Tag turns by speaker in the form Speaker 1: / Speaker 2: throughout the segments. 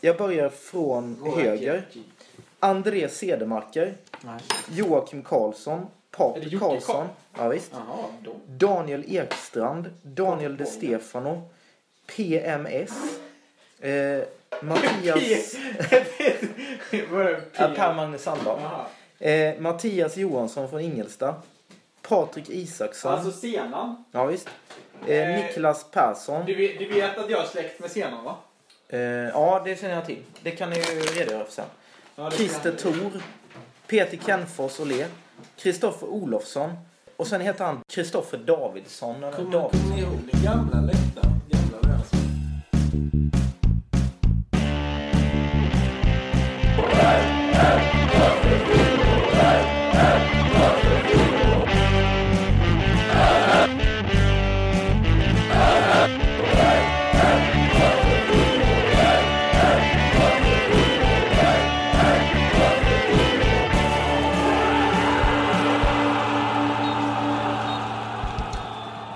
Speaker 1: Jag börjar från
Speaker 2: Gå
Speaker 1: höger.
Speaker 2: här, typ.
Speaker 1: André Cedermarker,
Speaker 2: Nej.
Speaker 1: Joakim Karlsson,
Speaker 2: Är det
Speaker 1: Patrik
Speaker 2: Jocke
Speaker 1: Karlsson.
Speaker 2: Karl-
Speaker 1: Ja, visst.
Speaker 2: Jaha, då.
Speaker 1: Daniel Ekstrand, Daniel De
Speaker 2: Bollen.
Speaker 1: Stefano, PMS, eh, Mattias...
Speaker 2: Var det
Speaker 1: Ja,
Speaker 2: P?
Speaker 1: per Magnus Sandahl.
Speaker 2: Jaha.
Speaker 1: Eh, Mattias Johansson från Ingelsta. Patrik Isaksson.
Speaker 2: Alltså Senan.
Speaker 1: ja, visst. Eh,
Speaker 2: Eh,
Speaker 1: Niklas Persson.
Speaker 2: Du, vet- du vet att jag är släkt med Senan va?
Speaker 1: Eh, ja, det känner jag till. Det kan ni ju redogöra för sen.
Speaker 2: Ja, det
Speaker 1: Christer
Speaker 2: kan-
Speaker 1: Thor, Peter Kenfors och Le, Kristoffer Olofsson och sen heter han Kristoffer Davidsson. Eller
Speaker 3: Kommer
Speaker 1: Davidsson.
Speaker 3: kommer ni ihåg den gamla läktaren? Gamla världsmatchen?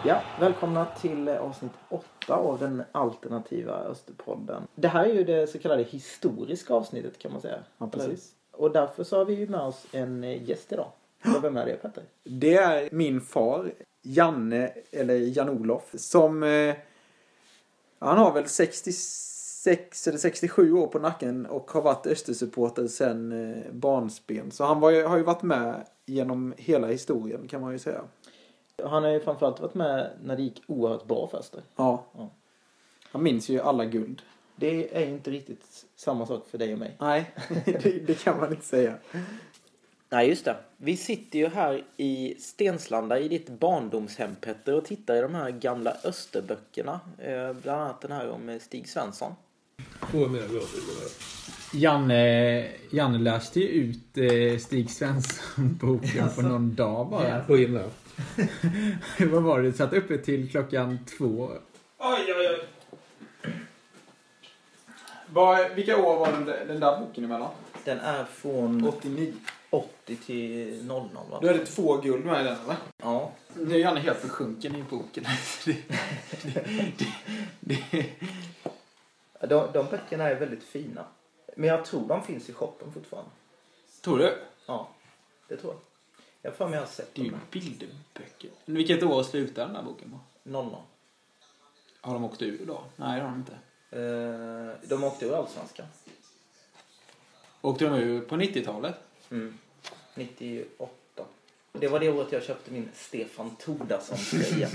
Speaker 1: Ja, välkomna till eh, avsnitt 8 av den alternativa Österpodden. Det här är ju det så kallade historiska avsnittet kan man säga.
Speaker 3: Ja, precis.
Speaker 1: Och därför så har vi ju med oss en eh, gäst idag. Och Vem är det Petter?
Speaker 4: Det är min far, Janne, eller Jan-Olof, som... Eh, han har väl 66 eller 67 år på nacken och har varit Östersupporter sedan eh, barnsben. Så han var, ju- har ju varit med genom hela historien kan man ju säga.
Speaker 1: Han har ju framförallt varit med när det gick oerhört bra för Öster.
Speaker 4: Ja.
Speaker 1: Ja.
Speaker 4: Han minns ju alla guld.
Speaker 1: Det är ju inte riktigt samma sak för dig och mig.
Speaker 4: Nej, det, det kan man inte säga.
Speaker 1: Nej, just det. Vi sitter ju här i Stenslanda i ditt barndomshem Petter och tittar i de här gamla Österböckerna. Eh, bland annat den här om eh, Stig Svensson.
Speaker 5: Två mina glasögon här.
Speaker 6: Janne, Janne läste ju ut eh, Stig Svensson-boken på någon dag bara.
Speaker 5: På ena.
Speaker 6: Vad var det? Satt uppe till klockan två.
Speaker 2: Oj, oj, oj.
Speaker 4: Var, vilka år var den, den där boken emellan?
Speaker 1: Den är från
Speaker 4: 89.
Speaker 1: 80 till 00 va?
Speaker 4: Du hade två guld med i den eller?
Speaker 1: Ja.
Speaker 4: Nu är Janne helt försjunken i boken. det, det, det,
Speaker 1: De, de böckerna är väldigt fina. Men jag tror de finns i shoppen fortfarande.
Speaker 4: Tror du?
Speaker 1: Ja, det tror jag. Jag har för mig jag har sett
Speaker 4: Det är ju
Speaker 1: dem.
Speaker 4: bilderböcker. Men Vilket år slutar den här boken på?
Speaker 1: 00.
Speaker 4: Har de åkt ur då? Nej, det har de inte.
Speaker 1: Eh, de åkte ur Allsvenskan.
Speaker 4: Åkte de ur på 90-talet?
Speaker 1: Mm. 98. Det var det året jag köpte min Stefan Tordasson-tröja.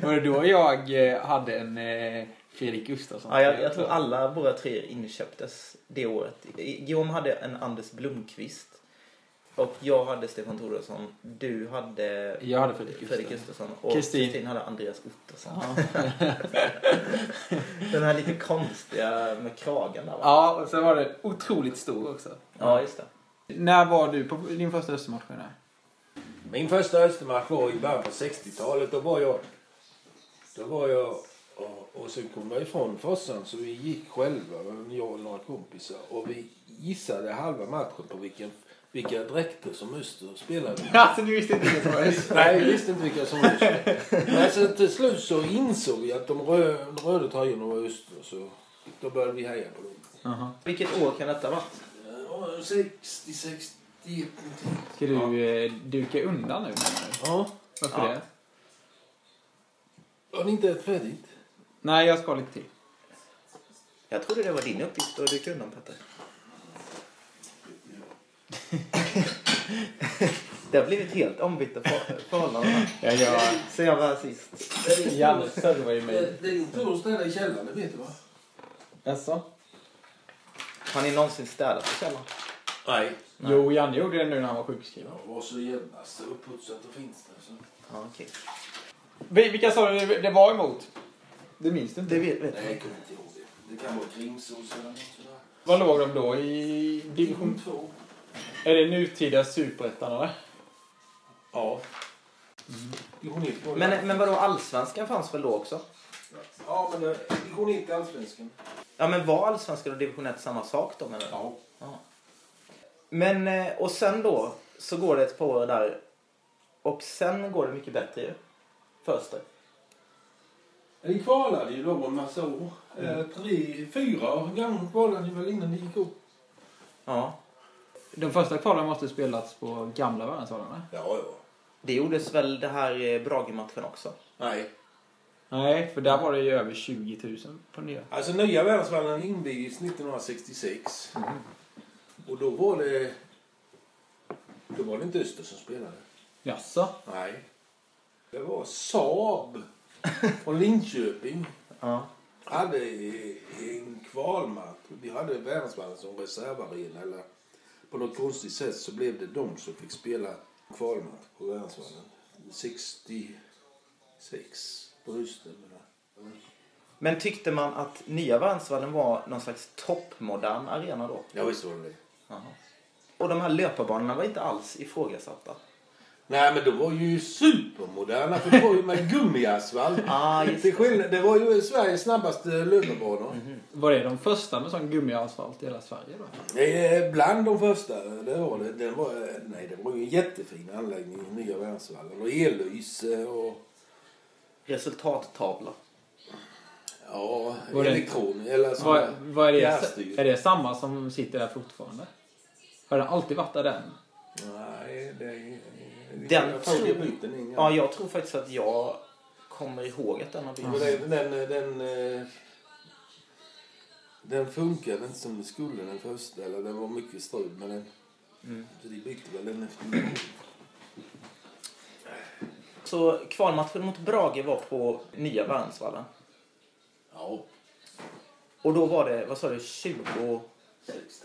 Speaker 4: Var det då jag eh, hade en eh, Fredrik Gustafsson?
Speaker 1: Ja, jag, jag tror alla våra tre inköptes det året. I- Guillaume hade en Anders Blomqvist. Och jag hade Stefan Thoresson. Du hade
Speaker 4: Jag hade Fredrik
Speaker 1: Fredrik
Speaker 4: Gustafsson.
Speaker 1: Gustafsson. Och
Speaker 4: Kristin.
Speaker 1: Kristin hade Andreas Ottosson. Den här lite konstiga med kragen där va?
Speaker 4: Ja, och sen var det otroligt stor också.
Speaker 1: Ja, just det.
Speaker 4: När var du på din första Östermatch? Gunnar?
Speaker 3: Min första Östermark var i början på 60-talet. Då var jag... Då var jag och, och sen kom jag ifrån Fossan så vi gick själva, jag och några kompisar. Och vi gissade halva matchen på vilken, vilka dräkter som Öster spelade med.
Speaker 4: Alltså, du visste inte det var Öster.
Speaker 3: Nej, jag visste inte vilka som var Öster. Men sen till slut så insåg vi att de rö, de röda tröjorna var Öster. Så då började vi heja på dem.
Speaker 1: Vilket år kan detta ha varit?
Speaker 3: Ja, 60, 60, någonting.
Speaker 6: Ska du eh, duka undan nu? menar du?
Speaker 3: Ja,
Speaker 6: Varför det?
Speaker 3: har ni inte ätit färdigt?
Speaker 6: Nej, jag ska lite till.
Speaker 1: Jag trodde det var din uppgift att dyka undan Petter. Det har blivit helt ombytta för- förhållanden här.
Speaker 6: Ja, jag,
Speaker 1: Sen jag var sist.
Speaker 6: Janne servar ju mig.
Speaker 3: Det, det är inte att ställa i källaren, det vet du va?
Speaker 6: Jaså?
Speaker 1: Har ni någonsin städat i källaren?
Speaker 3: Nej.
Speaker 6: Jo, Janne gjorde det nu när han var sjukskriven.
Speaker 3: Det var så jävla så uppputsat och fint. Alltså.
Speaker 1: Ja, okej.
Speaker 4: Vi- Vilka sa du det var emot?
Speaker 6: Det minns du inte?
Speaker 1: Det vet, vet
Speaker 3: Nej, jag kommer inte ihåg det. Det kan vara Grimsås eller något sådär. typ
Speaker 4: Vad låg de då? I division...
Speaker 3: 2.
Speaker 4: Är det nutida superettan eller?
Speaker 3: Ja. eh, Division 1 Mm. var det.
Speaker 1: Men, men vadå, allsvenskan fanns väl då också?
Speaker 3: Ja, men eh, division 1 i Allsvenskan.
Speaker 1: Ja, men var allsvenskan och division 1 samma sak då? Menar du?
Speaker 3: Ja.
Speaker 1: Men, eh, och sen då, så går det ett par år där. Och sen går det mycket bättre ju. Först då.
Speaker 3: Ni kvalade ju då en massa år. Eh, tre, fyra år gamla kvalade ni väl innan ni gick upp?
Speaker 1: Ja.
Speaker 2: De första kvalen måste spelats på gamla Värnäsvallarna.
Speaker 3: Ja, ja.
Speaker 1: Det gjordes väl det här eh, Brage-matchen också?
Speaker 3: Nej.
Speaker 2: Nej, för där var det ju över 20 000 på nya.
Speaker 3: Alltså nya världsvallen invigdes 1966. Och då var det... Då var det inte Öster som spelade.
Speaker 2: Jaså?
Speaker 3: Nej. Det var Saab från Linköping.
Speaker 1: Ja.
Speaker 3: hade en kvalmatch. Vi hade Värmlandsvallen som reservarena. Eller på något konstigt sätt så blev det de som fick spela kvalmatch på Värmlandsvallen. 66 på hösten. menar jag.
Speaker 1: Men tyckte man att nya Värnsvallen var någon slags toppmodern arena då?
Speaker 3: Ja, visst var det det.
Speaker 1: Jaha. Och de här löparbanorna var inte alls ifrågasatta?
Speaker 3: Nej, men de var ju supermoderna för det var ju med gummiasfalt.
Speaker 1: Ah, just det.
Speaker 3: Till skillnad, det var ju Sveriges snabbaste löparbanor.
Speaker 6: Mhm.
Speaker 2: Var det de första med sån gummiasfalt i hela Sverige då?
Speaker 3: Eh, Bland de första, det var det. Den var, eh, nej, det var ju en jättefin anläggning i Nya Värmlandsvallen. Och ellyse eh, och
Speaker 1: Resultattavla.
Speaker 3: Ja,
Speaker 2: Var det-
Speaker 3: elektron. Eller så
Speaker 2: Vad, vad är, det,
Speaker 3: fjärrstyrt.
Speaker 6: Är det samma som sitter där fortfarande? Har den alltid varit där den?
Speaker 3: Nej, det är...
Speaker 1: Den
Speaker 3: jag tror...
Speaker 1: tror-
Speaker 3: Jag byter den
Speaker 1: Ja,
Speaker 3: ja.
Speaker 1: jag tror faktiskt att jag kommer ihåg att den har
Speaker 3: Men
Speaker 1: byggts.
Speaker 3: Den, den, den, eh, den funkade inte som den skulle den första. Eller den var mycket strul. Men den... Så de bytte väl den efter några år.
Speaker 1: Så kvalmatchen mot Brage var på nya Värnsvallen.
Speaker 3: Ja,
Speaker 1: Och då var det, vad sa du, 20...
Speaker 3: 6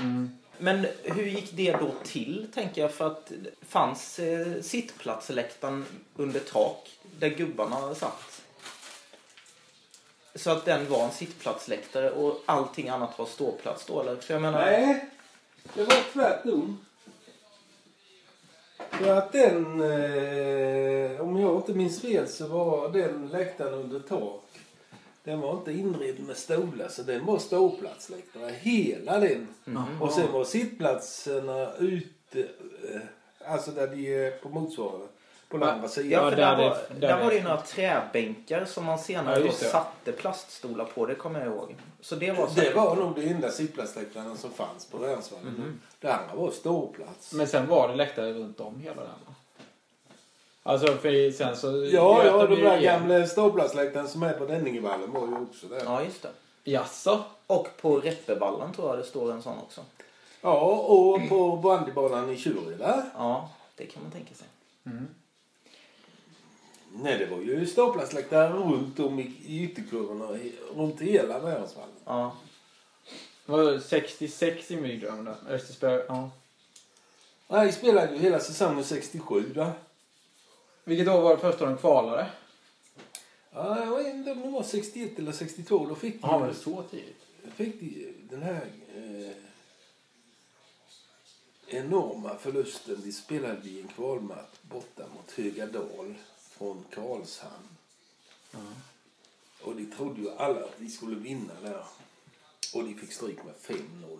Speaker 3: 000.
Speaker 1: Men hur gick det då till, tänker jag? För att fanns eh, sittplatsläktaren under tak där gubbarna satt? Så att den var en sittplatsläktare och allting annat var ståplats då, eller? För jag menar...
Speaker 3: Nej, det var tvärtom. För att den, eh, om jag inte minns fel så var den läktaren under tak. Den var inte inredd med stolar så den var ståplatsläktare, hela den.
Speaker 1: Mm.
Speaker 3: Och sen var sittplatserna ute, eh, alltså där de är på motsvarande, på den andra sidan.
Speaker 1: Ja,
Speaker 6: Ja,
Speaker 1: för
Speaker 6: där
Speaker 1: där, var,
Speaker 6: det-
Speaker 1: där,
Speaker 6: där
Speaker 1: var det ju
Speaker 6: det-
Speaker 1: några träbänkar som man senare
Speaker 6: Ja,
Speaker 1: då
Speaker 6: just det.
Speaker 1: satte plaststolar på. Det kommer jag ihåg. Så det var så
Speaker 3: Det var nog det enda sittplatsläktaren som fanns på Rensvallen.
Speaker 1: Mm.
Speaker 3: Det andra var ståplats.
Speaker 6: Men sen var det läktare runt om hela den va? Alltså för sen så...
Speaker 3: Ja,
Speaker 6: göt
Speaker 3: ja, de
Speaker 6: ju
Speaker 3: där
Speaker 6: igen.
Speaker 3: gamla ståplatsläktaren som är på Denningevallen var ju också där. Ja,
Speaker 1: Ja, just det.
Speaker 6: Jaså?
Speaker 1: Och på Reppevallen tror jag det står en sån också.
Speaker 3: och på bandybanan i Tjurila.
Speaker 1: Ja, det kan man tänka sig.
Speaker 3: Nej, det var ju ståplatsläktare runt om i i ytterkurvorna, i- runt i hela Värmlandsvallen.
Speaker 1: Ja.
Speaker 6: Var det 66 invigda de där? Östersberg? Ja.
Speaker 3: Nej, vi spelade ju hela säsongen 67 då.
Speaker 6: Vilket år var det första de kvalade?
Speaker 3: Ja, jag vet inte om det var 61 eller 62. Då fick
Speaker 6: Ja, var
Speaker 3: de,
Speaker 6: det så tidigt?
Speaker 3: fick de den här eh, enorma förlusten. De spelade i en kvalmatch borta mot Högadal från Karlshamn. Och de trodde ju alla att de skulle vinna där. Och de fick stryk med 5-0.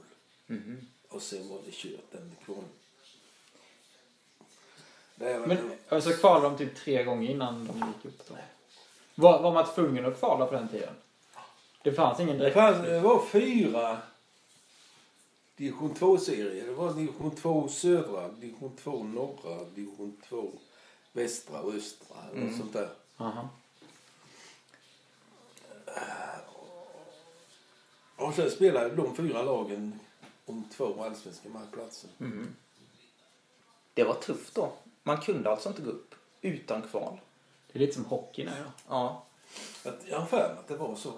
Speaker 3: Och sen var det kört den kvar. Det var
Speaker 6: Men alltså kvalade de typ tre gånger innan de gick upp då? Var, var man tvungen att kvala på den tiden? Det fanns ingen
Speaker 3: det,
Speaker 6: direkt...
Speaker 3: fanns, det var fyra division 2-serier. Det var division 2 södra, division 2 norra, division 2 västra och östra. eller något sånt där.
Speaker 6: Aha.
Speaker 3: Och sen spelade de fyra lagen om två allsvenska matchplatser.
Speaker 1: Det var tufft då. Man kunde alltså inte gå upp utan kval.
Speaker 6: Det är lite som hockeyn är då.
Speaker 1: Ja.
Speaker 3: Att, jag har för mig att det var så.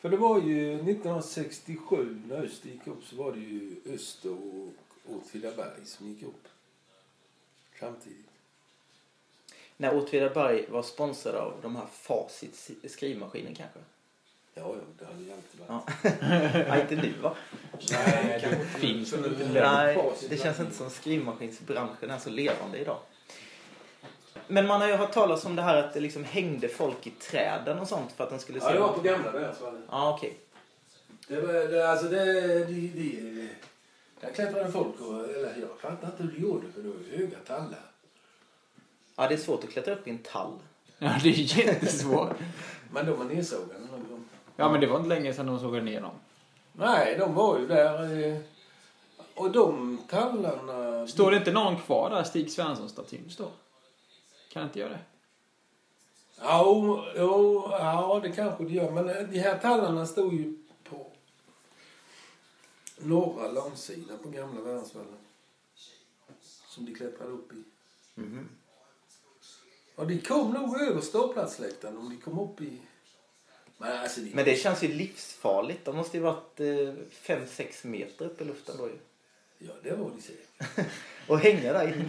Speaker 3: För det var ju 1967 när Öster gick upp så var det ju Öster och Åtvidaberg som gick upp. Samtidigt.
Speaker 1: När Åtvidaberg var sponsrad av de här Facits skrivmaskiner kanske?
Speaker 3: Ja, ja, det hade ju alltid varit.
Speaker 1: Ja. Nej, inte nu va?
Speaker 3: Nej, det finns
Speaker 1: Nej, det känns inte som skrivmaskinsbranschen är så levande idag. Men man har ju hört talas om det här att det liksom hängde folk i träden och sånt för att den skulle se...
Speaker 3: Ja, det var på gamla Bergsvallen.
Speaker 1: Ja, okej.
Speaker 3: Det var, det, alltså det, det, det, där klättrade folk och, eller jag fattar inte hur de gjorde för det var ju höga tallar.
Speaker 1: Ja, det är svårt att klättra upp i en tall.
Speaker 6: Ja, det är jättesvårt.
Speaker 3: Men de var nedsågade någon gång.
Speaker 6: Ja, men det var inte länge sedan de sågade ner dem.
Speaker 3: Nej, de var ju där. eh, Och de tallarna...
Speaker 6: Står det inte någon kvar där Stig Svensson-statyn står? Kan inte göra det?
Speaker 3: Ja, jo, ja, det kanske det gör. Men eh, de här tallarna stod ju på norra långsidan på gamla världsvallen. Som de klättrade upp i. Mhm. Och de kom nog över ståplatsläktaren om de kom upp i... Men alltså, de,
Speaker 1: Men det känns ju livsfarligt. De måste ju varit 5-6 meter upp i luften då ju.
Speaker 3: Ja, det var de säkert.
Speaker 1: Och hänga där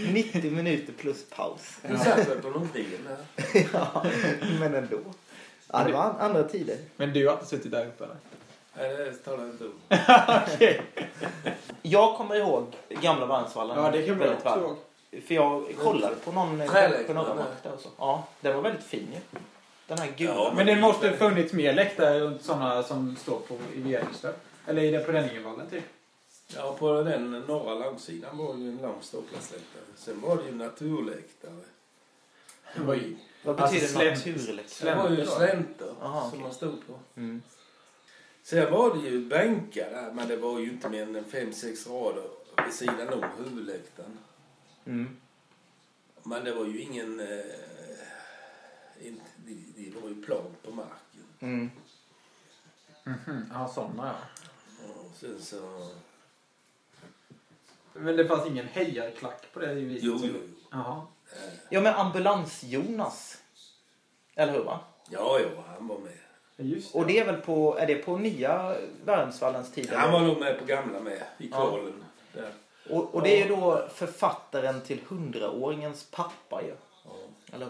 Speaker 1: i 90 minuter plus paus.
Speaker 3: De satt väl på någon gren där.
Speaker 1: Ja, men ändå. Ja, det var an- andra tider.
Speaker 6: Men du har inte suttit där uppe eller?
Speaker 3: Nej, det talar jag inte om.
Speaker 6: Okej.
Speaker 1: Jag kommer ihåg gamla Varnsvallen.
Speaker 6: Ja, det kan bli
Speaker 1: väldigt väl.
Speaker 6: ihåg.
Speaker 1: För jag kollade på någon,
Speaker 3: Träläktaren
Speaker 1: på någon
Speaker 3: där.
Speaker 1: match där och så. Ja, den var väldigt fin ju. Den här gula.
Speaker 3: Ja,
Speaker 6: Men det måste ha funnits mer läktare runt sådana som står på i Värmdö. Eller i det på Rönningevallen typ.
Speaker 3: Ja, på den norra landsidan var det ju en lång ståplatsläktare. Sen var det ju naturläktare. Det var ju,
Speaker 1: Vad
Speaker 6: Alltså,
Speaker 1: betyder
Speaker 6: slem-
Speaker 1: naturläktare?
Speaker 3: det var ju
Speaker 6: Slänter.
Speaker 3: slänter
Speaker 1: Aha,
Speaker 3: som
Speaker 1: okej.
Speaker 3: man stod på.
Speaker 1: Mm.
Speaker 3: Sen var det ju bänkar där, men det var ju inte mer än fem, sex rader vid sidan om huvudläktaren.
Speaker 1: Mm.
Speaker 3: Men det var ju ingen... Eh, inte, det, det var ju plan på marken.
Speaker 1: Mm.
Speaker 6: Mhm, ja sådana ja.
Speaker 3: Och sen så...
Speaker 6: Men det fanns ingen hejarklack på det viset?
Speaker 3: Jo, jo, jo.
Speaker 6: Jaha.
Speaker 1: Ja, men ambulans-Jonas. Eller hur va?
Speaker 3: Ja, ja, han var med.
Speaker 6: Just det.
Speaker 1: Och det är väl på, är det på nya Värmsvallens tid?
Speaker 3: Han var nog med på gamla med, i kvalen. Där.
Speaker 1: Och, och det är då författaren till hundraåringens pappa ju. Eller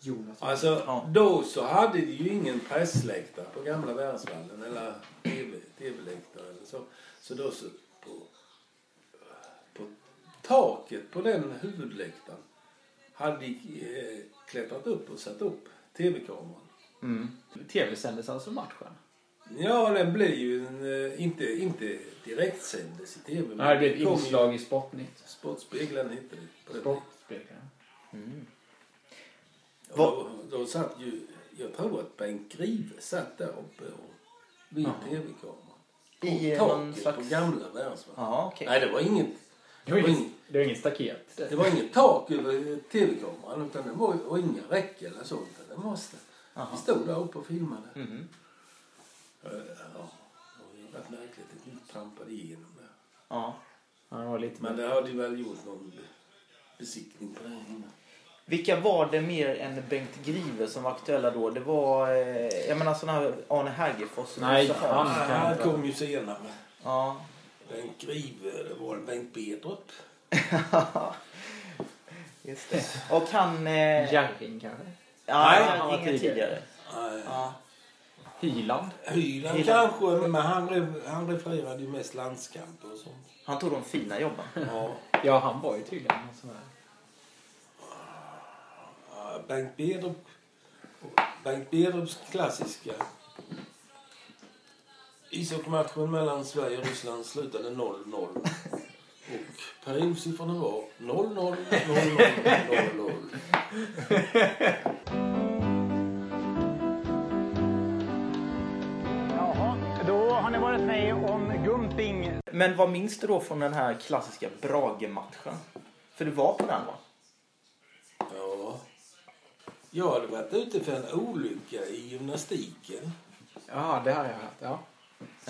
Speaker 6: Jonas.
Speaker 3: Alltså,
Speaker 1: Ja.
Speaker 3: då så hade de ju ingen pressläktare på gamla världsvallen eller TV tv-läktare eller så. Så då så på, på taket på den huvudläktaren hade de eh, klättrat upp och satt upp tv-kameran.
Speaker 6: Tv-sändes alltså matchen?
Speaker 3: Ja, den blev ju en, eh, inte, inte direkt sändes i tv. men
Speaker 6: Nej, det blev ett
Speaker 3: kom ju-
Speaker 6: inslag i Sportnytt.
Speaker 3: Sportspeglarna hette det. på den tiden.
Speaker 6: Sportspeglarna.
Speaker 3: Och Då, då satt ju, jag tror att Bengt Grive satt där uppe och vid tv-kameran.
Speaker 1: i
Speaker 3: Taket
Speaker 1: någon slags...
Speaker 3: på gamla världsvallen.
Speaker 1: Jaha, okej.
Speaker 3: Nej, det var inget,
Speaker 6: Det var ingen, det var ingen staket.
Speaker 3: det var inget tak över tv-kameran utan det var och inga räcken eller så. Utan det måste. Vi stod där uppe och filmade.
Speaker 1: Mhm.
Speaker 3: Eh, Ja, det var ju rätt märkligt att vi trampade igenom det.
Speaker 1: Ja.
Speaker 6: Ja, det var lite
Speaker 3: Men det hade ju väl gjort någon besiktning på det innan.
Speaker 1: Vilka var det mer än Bengt Grive som var aktuella då? Det var, eh, jag menar sådana här Arne Hägerfors. och
Speaker 6: Nej,
Speaker 1: Musse
Speaker 6: han-
Speaker 1: Hansson.
Speaker 3: Han Ah, kom ju senare.
Speaker 1: Ja.
Speaker 3: Bengt Grive, det var Bengt Bedrup.
Speaker 1: Just det. Och han... Eh, ja,
Speaker 6: Jerring kanske?
Speaker 1: han var tidigare. tidigare.
Speaker 3: Nej.
Speaker 1: Ja.
Speaker 6: Hyland?
Speaker 3: Eh, Hyland kanske, men han, re- han refererade ju mest landskamper och sånt.
Speaker 1: Han tog de fina jobben.
Speaker 3: Ja.
Speaker 6: Ja, han var ju tydligen en sån här.
Speaker 3: Ja, Bengt Bedrup, Bengt Bedrups klassiska ishockeymatchen mellan Sverige och Ryssland slutade 0-0. Och periodsiffrorna var 0-0, 0-0, 0-0.
Speaker 7: Jaha, då har ni varit med om Gumping.
Speaker 1: Men vad minns du då från den här klassiska Brage-matchen? För du var på den va?
Speaker 3: Ja. Jag hade varit ute för en olycka i gymnastiken.
Speaker 6: Ja, det har jag hört. Ja.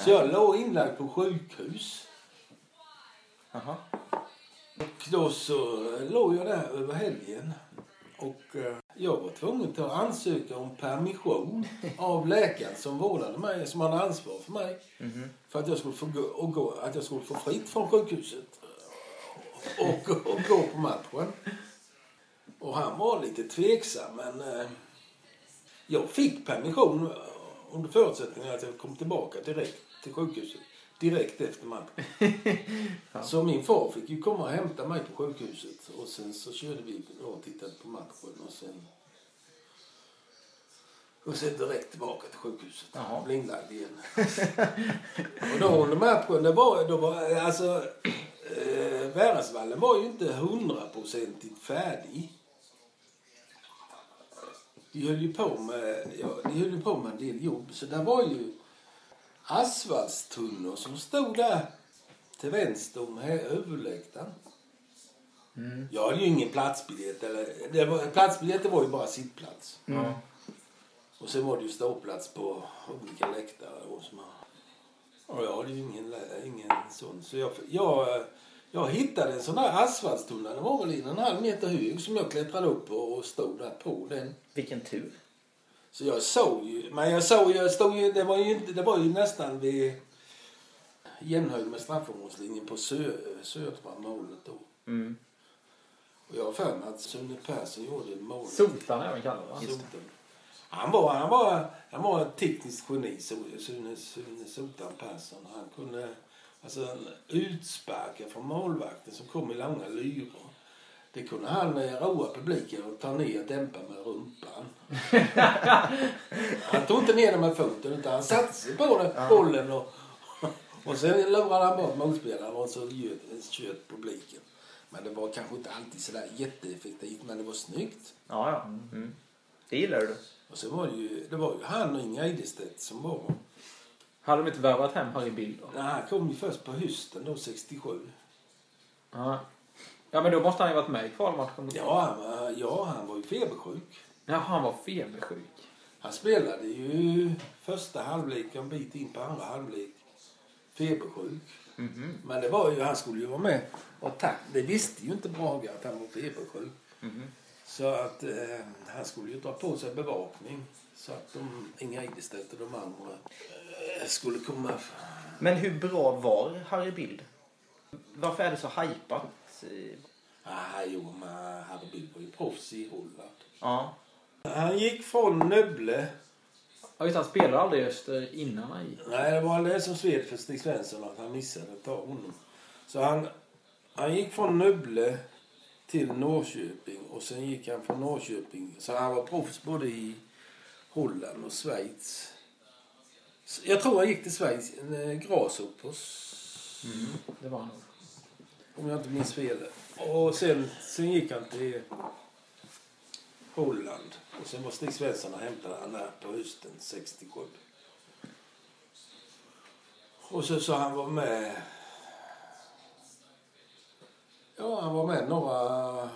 Speaker 3: Så jag låg inlagd på sjukhus.
Speaker 1: Jaha.
Speaker 3: Och då så låg jag där över helgen. Och eh, jag var tvungen att ansöka om permission av läkaren som vårdade mig, som hade ansvar för mig. För att jag, skulle få gå, och gå, att jag skulle få fritt från sjukhuset. Och, och, och gå på matchen. Och han var lite tveksam men eh, jag fick permission eh, under förutsättning att jag kom tillbaka direkt till sjukhuset. Direkt efter matchen. Så min far fick ju komma och hämta mig på sjukhuset och sen så körde vi och tittade på matchen och sen och sen direkt tillbaka till sjukhuset.
Speaker 1: Jaha.
Speaker 3: Blev inlagd igen. och då under matchen, det var, då var alltså eh, Värnsvallen var ju inte hundraprocentigt färdig. de höll ju på med, ja, de höll ju på med en del jobb. Så där var ju asfaltstunnor som stod där till vänster om här överläktaren. Jag hade ju ingen platsbiljett. Eller, det var, platsbiljetter var ju bara sittplats.
Speaker 6: Mm.
Speaker 3: Och sen var det ju ståplats på olika läktare. Och, så man, och jag hade ju ingen, lä- ingen sån. Så jag, jag, jag hittade en sån där asfaltstunnel. Den var väl en halv meter hög som jag klättrade upp på och stod där på den.
Speaker 1: Vilken tur.
Speaker 3: Så jag såg ju, men jag såg ju, jag stod ju, det var ju, inte, det var ju nästan vid jämnhöjd med straffområdeslinjen på sö, södra målet då.
Speaker 1: Mm.
Speaker 3: Och jag har för mig att Sune Persson gjorde målet.
Speaker 2: Sotan även kallad va?
Speaker 3: Sotan. Han var, han var, han var ett tekniskt geni, Su- Sune, Sune Sotan Persson. Han kunde alltså, han utsparka från målvakten som kom i långa lyror. Det kunde han eh, roa publiken och ta ner och dämpa med rumpan. han tog inte ner den med foten utan han satte sig på den, bollen och, och sen lurade han bort motspelaren och så gjöt- tjöt publiken. Men det var kanske inte alltid sådär jätteeffektivt men det var snyggt.
Speaker 1: Ja, ja. Mm. Det gillar du.
Speaker 3: Och sen var det ju, det var ju han och Inga Idestedt som var...
Speaker 2: Hade de inte värvat hem Harry Bill då?
Speaker 3: Nej, han kom ju först på hösten då, 67.
Speaker 2: Ja. Ja men då måste han ju varit med i kvalmatchen.
Speaker 3: Ja, han var, ja, han var ju febersjuk.
Speaker 2: Ja, han var febersjuk.
Speaker 3: Han spelade ju första halvlek och en bit in på andra halvlek. Febersjuk. Men det var ju, han skulle ju vara med. Och tack, det visste ju inte Brage att han var febersjuk. Så att eh, han skulle ju dra på sig bevakning. Så att de, Inga Idestedt och de andra eh, skulle komma
Speaker 1: Men hur bra var Harry Bild? Varför är det så hajpat? Eh,
Speaker 3: Ah, jo, men Harry Bill var ju proffs i Holland.
Speaker 1: Ja.
Speaker 3: Han gick från Nöble.
Speaker 2: Ja just det, han spelade aldrig i
Speaker 6: eh,
Speaker 2: Öster innan han gick.
Speaker 3: Nej, det var det som sved för Stig Svensson att han missade att ta honom. Så han, han gick från Nöble till Norrköping och sen gick han från Norrköping. Så han var proffs både i Holland och Schweiz. Så Jag tror han gick till Schweiz, eh, Grasshoppers.
Speaker 2: Det var han nog.
Speaker 3: Om jag inte minns fel. Och sen, sen gick han till Holland. Och sen var Stig Svensson och hämtade han där på hösten 67. Och så, så han var med... Ja, han var med några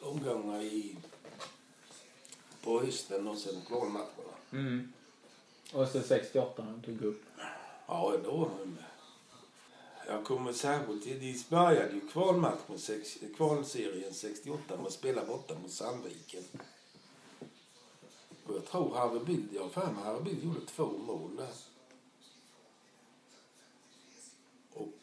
Speaker 3: omgångar i, på hösten och sen kvalmatcherna.
Speaker 2: Och sen 68 när han tog upp.
Speaker 3: Ja, då var han med. Jag kommer särskilt till, de började ju kvalmatchen, sex, kvalserien 68 med att spela borta mot Sandviken. Och jag tror Harry Bild, jag har för mig Harry Bild gjorde två mål där. Och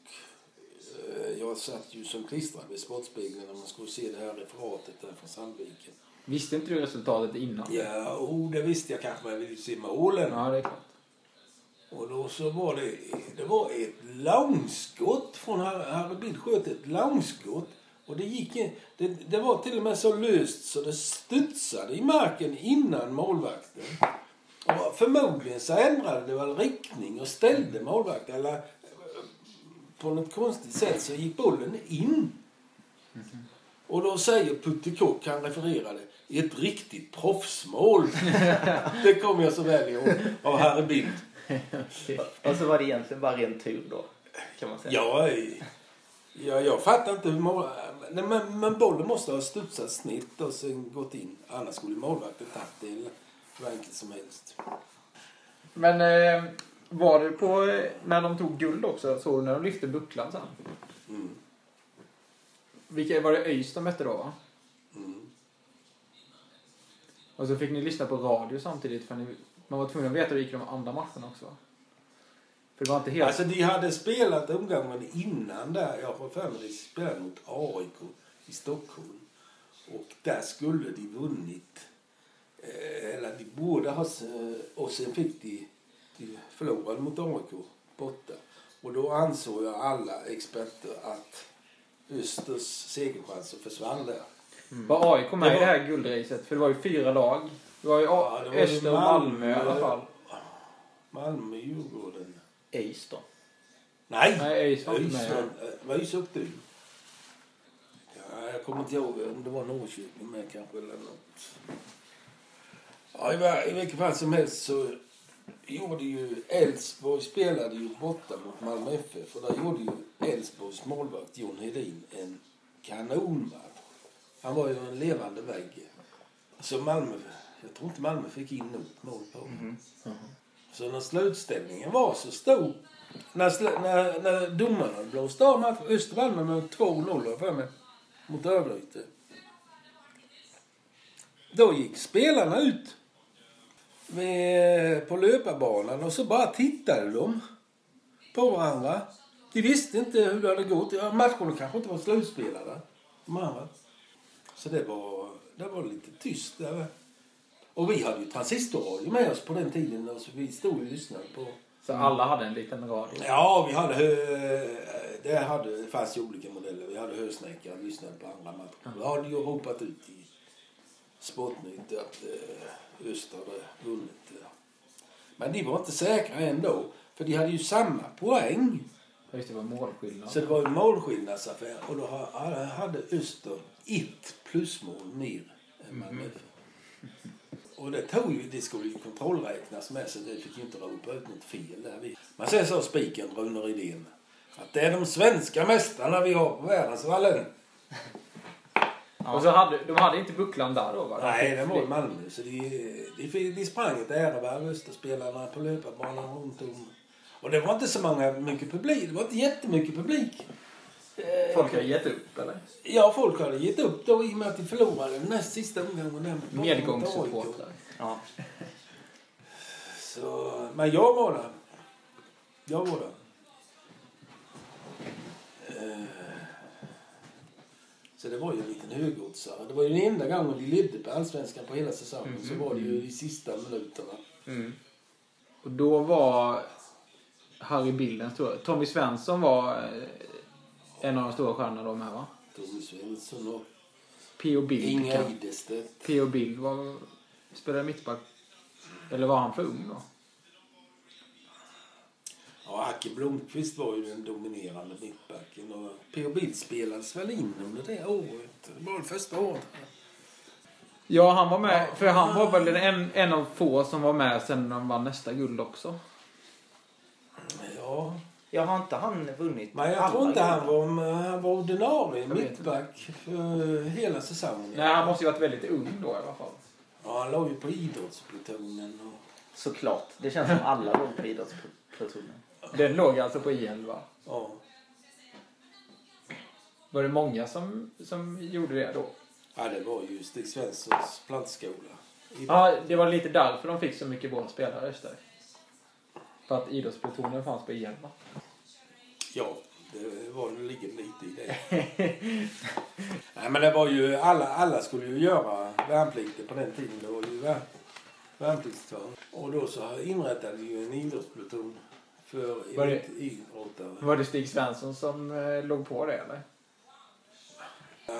Speaker 3: eh, jag satt ju som klistrad vid Sportspegeln när man skulle se det här referatet där från Sandviken.
Speaker 2: Visste inte du resultatet innan?
Speaker 3: Ja, oh, det visste jag kanske, men jag ville ju se målen.
Speaker 2: Ja, det är klart.
Speaker 3: Och då så var det, det var ett långskott från Har- Harry Bild sköt ett långskott. Och det gick in, det, det var till och med så löst så det studsade i marken innan målvakten. Och förmodligen så ändrade det väl riktning och ställde målvakten. Eller eh, på något konstigt sätt så gick bollen in. Och då säger Putte Kock, han refererade, ett riktigt proffsmål. det kommer jag så väl ihåg av Harry Bild.
Speaker 1: Och så var det egentligen bara ren tur då. Kan man säga.
Speaker 3: Ja, jag, jag fattar inte hur mål... Nej, men, men bollen måste ha studsat snitt och sen gått in. Annars skulle målvakten tagit det eller hur enkelt som helst.
Speaker 6: Men eh, var det på eh, när de tog guld också? Såg du när de lyfte bucklan sen?
Speaker 3: Mm.
Speaker 6: Vilka var det ÖIS de mötte då va?
Speaker 3: Mm.
Speaker 6: Och så fick ni lyssna på radio samtidigt för ni, man var tvungen att veta hur det gick i de andra matcherna också va? För det var inte helt...
Speaker 3: Alltså, de hade spelat omgången innan där. Jag har för mig att de spelade mot AIK i Stockholm. Och där skulle de vunnit. Eh, Eller de borde ha... s- eh, Och sen fick de... De förlorade mot AIK borta. Och då ansåg jag alla experter att Östers segerchanser försvann där.
Speaker 6: Var AIK med
Speaker 3: Mm. Det
Speaker 6: i
Speaker 3: var-
Speaker 6: det här guldracet? För det var ju fyra lag. Det var ju
Speaker 3: Ja,
Speaker 6: A-
Speaker 3: det var ju
Speaker 6: Öster och Malmö i alla fall.
Speaker 3: Malmö, Djurgården.
Speaker 1: Öis då.
Speaker 3: Nej!
Speaker 6: Nej, ÖIS var inte med.
Speaker 3: Öysson, eh, Vad Öysson åkte du? Ja, jag kommer inte ihåg om det var Norrköping med kanske eller något. Ja, i, var- I vilket fall som helst så gjorde ju Elfsborg spelade ju borta mot Malmö FF och där gjorde ju Elfsborgs målvakt Jon Hedin en kanonmatch. Han var ju en levande vägg. Så Malmö, jag tror inte Malmö fick in något mål på honom. Så när slutställningen var så stor, när, sl- när, när domarna blåste av matchen, Östermalm med 2-0 har jag för mig, mot Örgryte. Då gick spelarna ut vid- på löparbanan och så bara tittade de på varandra. De visste inte hur det hade gått. Ja, Matcherna kanske inte var slutspelade. De andra. Så det var, det var lite tyst där. Och vi hade ju transistorradio med oss på den tiden. och Så vi stod och lyssnade på...
Speaker 2: Så
Speaker 3: Mm.
Speaker 2: alla hade en liten radio.
Speaker 3: Ja, vi hade... hö- Det, hade, det fanns ju olika modeller. Vi hade hörsnäckare och lyssnade på andra matcher. Vi hade ju ropat ut i Sportnytt att eh, Öster hade vunnit. eh. Men de var inte säkra ändå. För de hade ju samma poäng.
Speaker 2: Just det, var målskillnad.
Speaker 3: Så det var en målskillnadsaffär. Och då ha- hade Öster ett plusmål mer än Malmö FF. Och det tog ju, det skulle ju kontrollräknas med så det fick ju inte ropa ut något fel där vi. Men sen sa spiken Rune Rydén att det är de svenska mästarna vi har på världsvallen.
Speaker 2: Och så hade, de hade inte bucklan där då va? De
Speaker 3: Nej,
Speaker 2: fick
Speaker 3: det var i
Speaker 2: flyg.
Speaker 3: Malmö. Så de, de, fick- de sprang ett ärevarv, Österspelarna, på löparbanan runt om. Och det var inte så många, mycket publik. Det var inte jättemycket publik.
Speaker 2: Folk har gett upp eller?
Speaker 3: Ja, folk hade gett upp då i och med att de förlorade den näst sista omgången. där mot AIK.
Speaker 2: Medgångssupportrar.
Speaker 1: Ja.
Speaker 3: Så, men jag var där. Jag var där. Eh, Så det var ju en liten högoddsare. Det var ju den enda gången de ledde på allsvenskan på hela säsongen. Så var det ju i sista minuterna.
Speaker 6: Mm. Och då var Harry Bilden stor. Tommy Svensson var eh, en av de stora stjärnorna då med va?
Speaker 3: Tommy Svensson och
Speaker 6: P.O. Bild.
Speaker 3: Inga
Speaker 6: kan-
Speaker 3: Idestedt.
Speaker 6: P.O. Bild var, spelade mittback. Eller var han för ung då?
Speaker 3: Ja, Acke Blomqvist var ju den dominerande mittbacken. Och P.O. Bild spelades väl in under det året. Det var det första året.
Speaker 6: Ja, han var med. För han var väl en, en av få som var med sen när de vann nästa guld också.
Speaker 3: Ja,
Speaker 1: Jag har inte han vunnit
Speaker 3: men jag
Speaker 1: alla
Speaker 3: tror inte
Speaker 1: gånger?
Speaker 3: han var, han var ordinarie mittback för hela säsongen.
Speaker 6: Nej, han måste ju varit väldigt ung då i alla fall.
Speaker 3: Ja, han låg ju på idrottsplutonen. Och...
Speaker 1: Såklart. Det känns som alla låg på idrottsplutonen.
Speaker 6: Den låg alltså på I11.
Speaker 3: Ja.
Speaker 6: Var det många som, som gjorde det då?
Speaker 3: ja, det var ju Stig Svenssons plantskola.
Speaker 6: Ja, det var lite därför de fick så mycket bra spelare just där. För att idrottsplutonen fanns på E I11.
Speaker 3: Ja, det var det ligger lite i det. Nej, men det var ju alla, alla skulle ju göra värnplikten på den tiden. Det var ju vär, värnpliktstvång. Och då så inrättade vi ju en idrottspluton för
Speaker 6: Var det-
Speaker 3: elitidrottare.
Speaker 6: Var det Stig Svensson som eh, låg på det eller?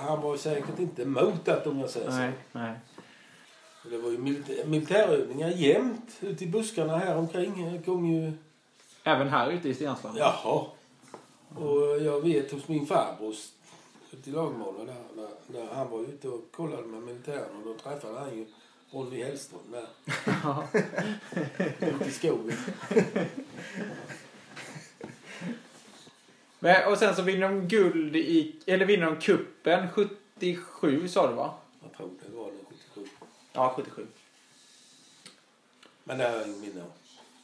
Speaker 3: Han var säkert inte emot att om jag säger så.
Speaker 6: nej.
Speaker 3: Och Det var ju militä- militärövningar jämt ute i buskarna här omkring. Det kom ju
Speaker 6: Även här ute i Stensland?
Speaker 3: Jaha. Och jag vet hos min farbror ute i Lagmålen där, där, där han var ute och kollade med militären och då träffade han ju Ronny Hellström där. Ute i skogen.
Speaker 6: Men, och sen så vinner de guld i, eller vinner de kuppen 77 sa du va?
Speaker 3: Jag tror det var den 77.
Speaker 1: Ja, 77.
Speaker 3: Men det har jag inget minne av.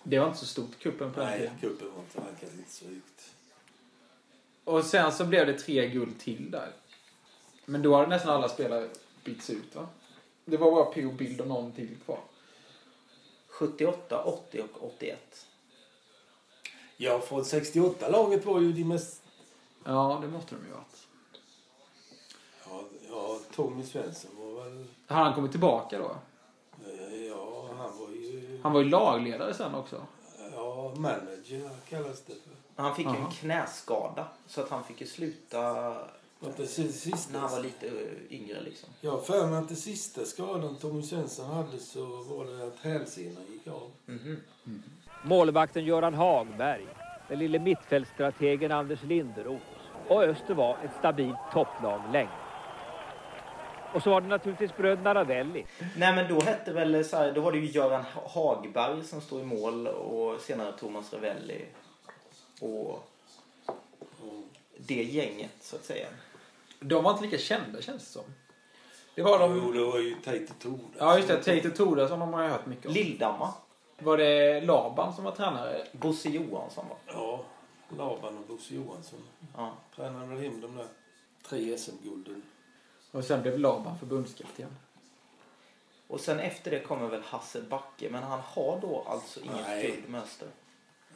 Speaker 6: Det var inte så stort kuppen på den
Speaker 3: Nej,
Speaker 6: tiden.
Speaker 3: kuppen var inte rankad inte så högt.
Speaker 6: Och sen så blev det tre guld till där. Men då hade nästan alla spelare bytts ut va? Det var bara P.O. Bild och någon till kvar.
Speaker 1: 78, 80 och 81.
Speaker 3: Ja, från 68-laget var ju de mest...
Speaker 6: Ja, det måste de ju ha varit.
Speaker 3: Ja, ja Tommy Svensson var väl...
Speaker 6: Har han kommit tillbaka då?
Speaker 3: Ja, han var ju...
Speaker 6: Han var ju lagledare sen också.
Speaker 3: Ja, manager kallas det för.
Speaker 1: Han fick ju en
Speaker 6: Jaha.
Speaker 1: knäskada. Så att han fick ju sluta
Speaker 3: Var det sista?
Speaker 1: när han var lite eh, yngre liksom.
Speaker 3: Jag har för mig att det sista skadan Tommy Svensson hade så var det att hälsenan gick av.
Speaker 8: Målvakten Göran Hagberg, den lille mittfältstrategen Anders Linderoth och Öster var ett stabilt topplag länge. Och så var det naturligtvis bröderna Ravelli.
Speaker 1: Nej men då hette väl eh, så här, då var det ju Göran Ha- Hagberg som stod i mål och senare Thomas Ravelli och det gänget så att säga.
Speaker 6: De var inte lika kända känns det som. Det var de...
Speaker 3: Jo, det var ju Tate Tord.
Speaker 6: Ja just det, Tate Tora som har man ju hört mycket om.
Speaker 1: Lilldamma,
Speaker 6: Var det Laban som var tränare?
Speaker 1: Bosse Johansson va?
Speaker 3: Ja, Laban och Bosse Johansson.
Speaker 1: Ja.
Speaker 3: Tränade väl hem de där tre SM-gulden.
Speaker 6: Och sen blev Laban förbundskapten.
Speaker 1: Och sen efter det kommer väl Hasse Backe men han har då alltså inget
Speaker 3: Nej.
Speaker 1: guldmönster.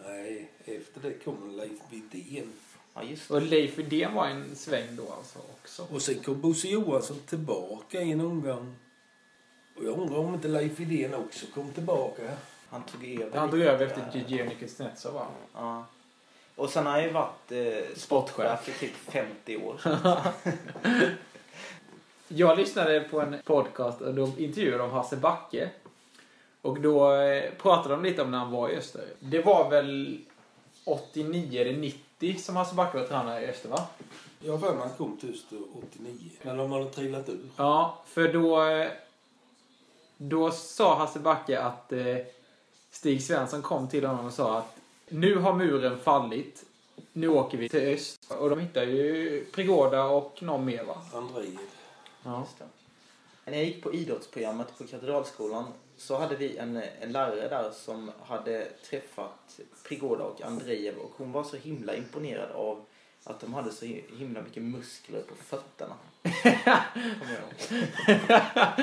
Speaker 3: Nej, efter det kom Leif Widén.
Speaker 1: Ja just det.
Speaker 6: Och Leif Widén var en sväng då alltså också.
Speaker 3: Och sen kom Bosse Johansson tillbaka i en omgång. Och jag undrar om inte Leif Widén också kom tillbaka.
Speaker 1: Han tog över.
Speaker 6: Han tog
Speaker 1: lite
Speaker 6: över
Speaker 1: där.
Speaker 6: efter Gigi Kuznetsov va?
Speaker 1: Ja. Och sen har han ju varit eh, sportchef i typ 50 år.
Speaker 6: Jag lyssnade på en podcast och de intervjuade om Hasse Backe. Och då eh, pratade de lite om när han var i Öster. Det var väl 89 eller 90 som Hasse Backe var tränare i Öster va?
Speaker 3: Jag har för mig han kom till Öster 89. Men de hade trillat ur.
Speaker 6: Ja, för då... eh, Då sa Hasse Backe att eh, Stig Svensson kom till honom och sa att nu har muren fallit. Nu åker vi till öst. Och de hittar ju Prigoda och någon mer va?
Speaker 3: André.
Speaker 6: Ja.
Speaker 1: Just det. När jag gick på idrottsprogrammet på Katedralskolan så hade vi en, en lärare där som hade träffat Prigoda och Andreev och hon var så himla imponerad av att de hade så hi- himla mycket muskler på fötterna. Kommer jag ihåg.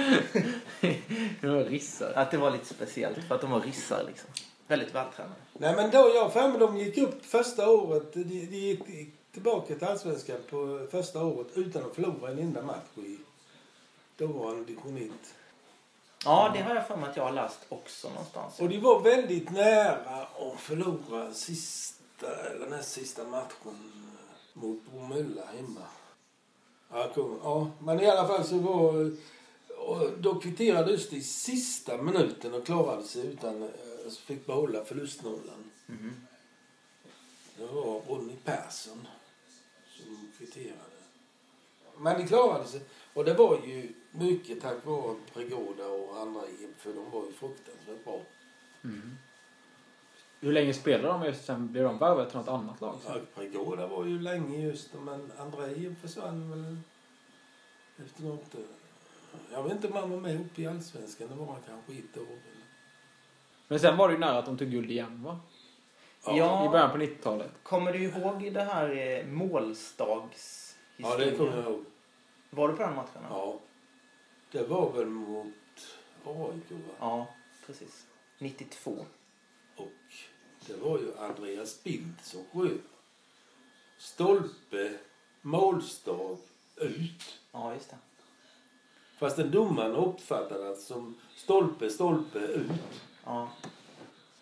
Speaker 6: Nu har jag rissar.
Speaker 1: Att det var lite speciellt för att de var ryssar liksom. Väldigt vältränade.
Speaker 3: Nej men då, jag har för mig de gick upp första året. De, de gick gick tillbaka till Allsvenskan på första året utan att förlora en enda match i dåvarande division 1.
Speaker 1: Ja, det har jag för mig att jag har läst också någonstans.
Speaker 3: Och de var väldigt nära att förlora sista, eller näst sista matchen mot Bromölla hemma. Ja, kom, ja, men i alla fall så var... och Då kvitterade just i sista minuten och klarade sig utan... eh, Så fick behålla förlustnollan. Det var Ronny Persson som kvitterade. Men de klarade sig. Och det var ju mycket tack vare Pregoda och andra E för de var ju fruktansvärt bra.
Speaker 6: Hur länge spelade de i öst? Sen blev de värvade till något annat lag.
Speaker 3: Ja, Pregoda var ju länge just det, men Andrei försvann väl efter något. eh, Jag vet inte om han var med uppe i Allsvenskan. Det var han kanske ett år. eller-
Speaker 6: Men sen var det ju nära att de tog guld igen va? I
Speaker 1: Ja,
Speaker 6: början på 90-talet.
Speaker 1: kommer du ihåg det här eh,
Speaker 3: Ja, det kommer jag
Speaker 1: målstagshistorien?
Speaker 3: ihåg.
Speaker 1: Var du på den matchen? eller?
Speaker 3: Ja. Det var väl mot AIK, va?
Speaker 1: Ja, precis. 92.
Speaker 3: Och det var ju Andreas Bild som sköt. Stolpe, målstag, ut.
Speaker 1: Ja, just det.
Speaker 3: Fast den domaren uppfattade att som stolpe, stolpe, ut.
Speaker 1: Ja.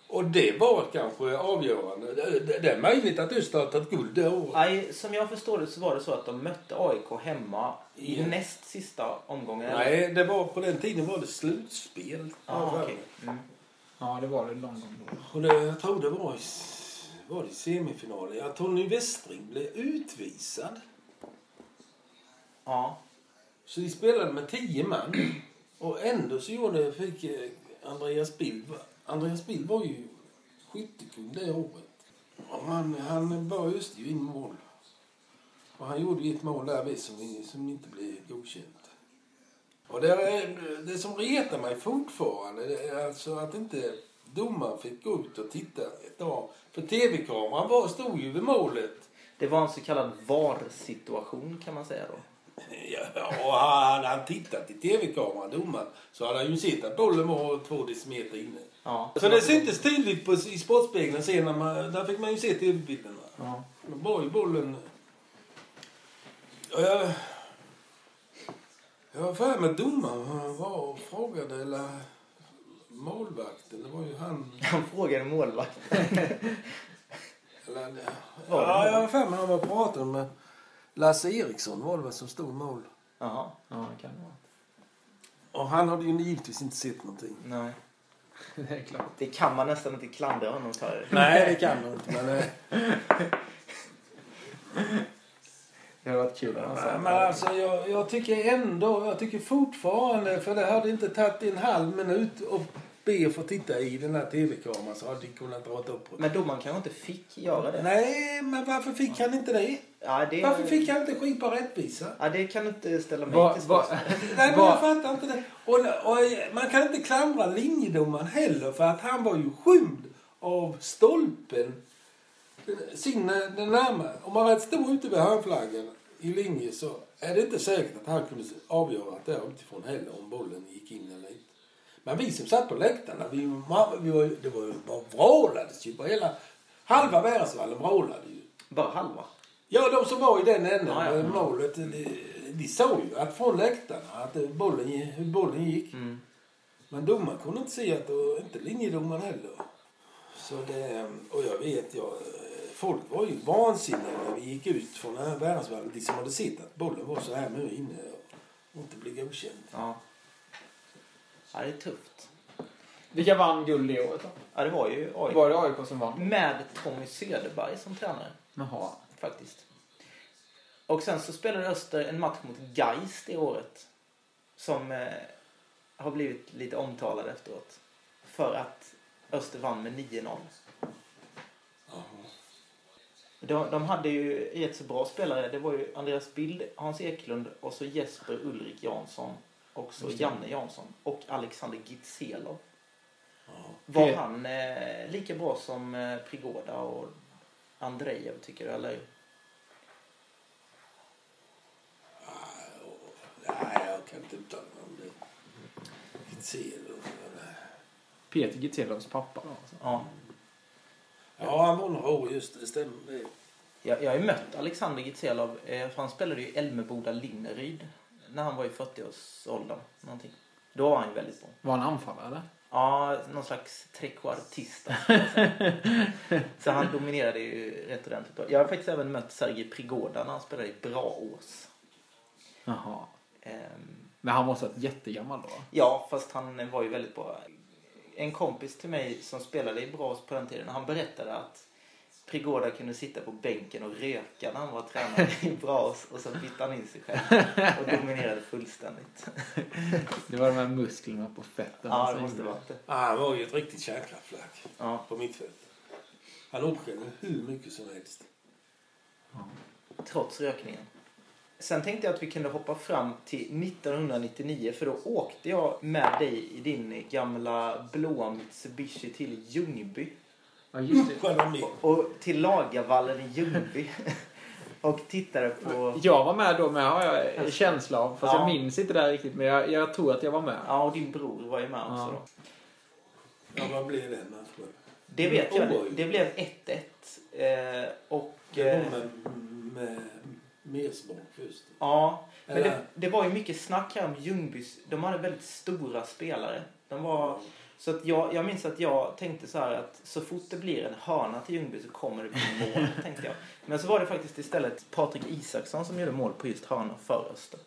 Speaker 3: Och det var kanske avgörande. Det, det, det är möjligt att Ystad har tagit guld det året.
Speaker 1: Nej, som jag förstår det så var det så att de mötte AIK hemma i
Speaker 3: Ja.
Speaker 1: näst sista omgången. eller?
Speaker 3: Nej, det var på den tiden var det slutspel.
Speaker 1: Ja,
Speaker 3: Ja,
Speaker 1: okej. Mm.
Speaker 6: Ja, det var det någon gång då.
Speaker 3: Och det, jag tror det var i, s- var det i semifinalen. Ja, Tony Westring blev utvisad.
Speaker 1: Ja.
Speaker 3: Så de spelade med tio man. Och ändå så gjorde, fick eh, Andreas Bild... Andreas Bild var ju skyttekung det året. Och han, han bar just ju in mål. Och han gjorde ju ett mål där vid som, vi- som inte blev godkänt. Och det, är, det som retar mig fortfarande det är alltså att inte domaren fick gå ut och titta ett tag. För tv-kameran var, stod ju vid målet.
Speaker 1: Det var en så kallad VAR-situation kan man säga då.
Speaker 3: Ja, och hade han tittat i tv-kameran, domaren, så hade han ju sett att bollen var två decimeter inne.
Speaker 1: Ja.
Speaker 3: Så det syntes tydligt på, i Sportspegeln sen, när man, där fick man ju se tv-bilderna.
Speaker 6: Ja.
Speaker 3: Då var ju bollen... Ja, jag... Jag var för mig att domaren var och frågade, eller målvakten, det var ju han...
Speaker 1: Han frågade målvakten.
Speaker 3: Eller,
Speaker 1: Var det
Speaker 3: ja,
Speaker 1: mål?
Speaker 3: jag var för mig att han pratade med Lasse Eriksson, var det väl, som stod i mål.
Speaker 1: Jaha.
Speaker 6: Ja, det kan det vara.
Speaker 3: Och han hade ju givetvis inte sett någonting.
Speaker 1: Nej.
Speaker 6: Det är klart.
Speaker 1: Det kan man nästan inte klandra honom för.
Speaker 3: Nej, det kan man inte. Men, eh,
Speaker 6: Det hade varit kul om han
Speaker 3: Nej,
Speaker 6: sa
Speaker 3: men alltså, jag, jag tycker ändå, jag tycker fortfarande, för det hade inte tagit en halv minut att be att få titta i den här tv-kameran så hade de kunnat dra upp det.
Speaker 1: Men domaren kanske inte fick göra det.
Speaker 3: Nej, men varför fick han inte det?
Speaker 1: Ja, det
Speaker 3: Varför fick han inte skipa rättvisa?
Speaker 1: Ja, det kan du inte ställa mig
Speaker 6: Va,
Speaker 1: till svars
Speaker 6: va,
Speaker 1: för.
Speaker 3: Nej, men jag
Speaker 6: va,
Speaker 3: fattar inte det. Och, och man kan inte klandra linjedomaren heller för att han var ju skymd av stolpen. Sin den närmare. Om man rätt stod ute vid hörnflaggan i linje så är det inte säkert att han kunde avgöra att det är utifrån heller om bollen gick in eller inte. Men vi som satt på läktarna, vi, ma- vi var, ju- det var ju bara vrålades ju. Bara hela, halva Värersvallen vrålade ju.
Speaker 1: Bara halva.
Speaker 3: Ja, de som var i den änden,
Speaker 1: Ja, ja.
Speaker 3: eh, målet, de, de såg ju att från läktarna att eh, bollen, gi- hur bollen gick.
Speaker 1: Mm.
Speaker 3: Men domaren kunde inte se att, och inte linjedomaren heller. Så det, eh, och jag vet, jag, eh, folk var ju vansinniga när vi gick ut från den här världsvallen. De som hade sett att bollen var så här nu inne och inte blev godkänd.
Speaker 1: Ja. ja, det är tufft.
Speaker 6: vilka vann guld det året då?
Speaker 1: Ja, det var ju AIK.
Speaker 6: Var det AIK som vann?
Speaker 1: Med Tommy Söderberg som tränare,
Speaker 6: Jaha.
Speaker 1: faktiskt. Och sen så spelade Öster en match mot Geist det året. Som eh, har blivit lite omtalad efteråt. För att Öster vann med 9-0. De, de hade ju rätt så bra spelare. Det var ju Andreas Bild, Hans Eklund och så Jesper Ulrik Jansson. Och så Janne Jansson och Alexander Gitzelov. Var
Speaker 6: Det-
Speaker 1: han eh, lika bra som eh, Prigoda och Andrejev tycker du eller?
Speaker 3: Nej, jag kan inte uttala mig om det. Vilket sel och-
Speaker 6: Peter Gittelovs pappa då. Alltså.
Speaker 1: Ja.
Speaker 3: Ja, han var några år, just det. Stämmer det.
Speaker 1: Jag, jag har ju mött Alexander Gitzelov. Eh, för han spelade ju i Älmeboda Linneryd. När han var i 40-årsåldern. Någonting. Då var han ju väldigt bra.
Speaker 6: Var han anfallare eller?
Speaker 1: Ja, någon slags alltså, trekvartist. Så han dominerade ju rätt ordentligt. då. Jag har faktiskt även mött Sergej Prigoda när han spelade i Braås.
Speaker 6: Jaha.
Speaker 1: Ehm,
Speaker 6: Men han måste ha varit jättegammal då? va?
Speaker 1: Ja, fast han var ju väldigt bra. En kompis till mig som spelade i Braås på den tiden, han berättade att Prigoda kunde sitta på bänken och röka när han var tränare i Braås och så bytte han in sig själv och dominerade fullständigt.
Speaker 6: Det var de här musklerna på alltså. fötterna.
Speaker 1: Ja,
Speaker 6: som
Speaker 1: det måste
Speaker 6: gjorde
Speaker 1: vara det.
Speaker 3: Ja, Ah, han var ju ett riktigt kärnkraftverk.
Speaker 1: Ja.
Speaker 3: på mittfältet. Han uppskällde hur mycket som helst.
Speaker 1: trots rökningen. Sen tänkte jag att vi kunde hoppa fram till 1999 för då åkte jag med dig i din gamla blåa Mitsubishi till Ljungby
Speaker 6: Ja, just det.
Speaker 3: Kolla mig.
Speaker 1: och till Lagavallen i Ljungby och tittade på...
Speaker 6: Jag var med då med har jag en känsla av. Fast
Speaker 1: Ja.
Speaker 6: jag minns inte det här riktigt. Men jag, jag tror att jag var med.
Speaker 1: Ja, och din bror var ju med också
Speaker 6: Ja.
Speaker 1: då.
Speaker 3: Ja, vad blev den matchen?
Speaker 1: Det vet jag.
Speaker 3: Oj.
Speaker 1: Det blev 1-1. Eh, och...
Speaker 3: Det
Speaker 1: Eh,
Speaker 3: var med, med Mersborg först.
Speaker 1: ja. Men
Speaker 3: Eller-
Speaker 1: det, det var ju mycket snack här om Ljungbys... De hade väldigt stora spelare. De var... Så att jag, jag minns att jag tänkte så här att så fort det blir en hörna till Ljungby så kommer det bli mål, tänkte jag. Men så var det faktiskt istället Patrik Isaksson som gjorde mål på just hörnor för Öster.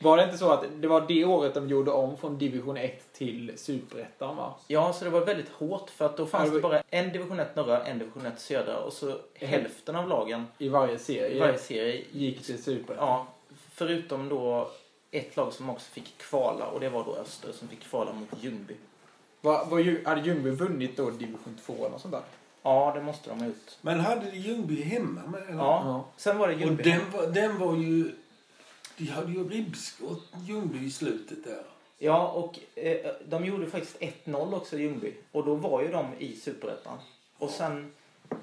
Speaker 6: Var det inte så att det var det året de gjorde om från division 1 till superettan va?
Speaker 1: Ja, så det var väldigt hårt för att då fanns
Speaker 6: Ja,
Speaker 1: det
Speaker 6: det var-
Speaker 1: bara en division 1 norra, en division 1 södra och så hälften av lagen
Speaker 6: I varje
Speaker 1: i
Speaker 6: serie.
Speaker 1: varje serie.
Speaker 6: Gick till superettan.
Speaker 1: Ja, förutom då ett lag som också fick kvala och det var då Öster som fick kvala mot Ljungby.
Speaker 6: Var, var, Lju- hade Ljungby vunnit då division 2 eller något sånt där?
Speaker 1: Ja, det måste de ha gjort.
Speaker 3: Men hade de Ljungby hemma med? Eller?
Speaker 1: Ja, sen var det
Speaker 3: Och
Speaker 1: Ljungby.
Speaker 3: den var, den var ju... De hade ju ribbskott, Ljungby, i slutet där.
Speaker 1: Ja, och eh, de gjorde faktiskt 1-0 också i Ljungby. Och då var ju de i Superettan. Och sen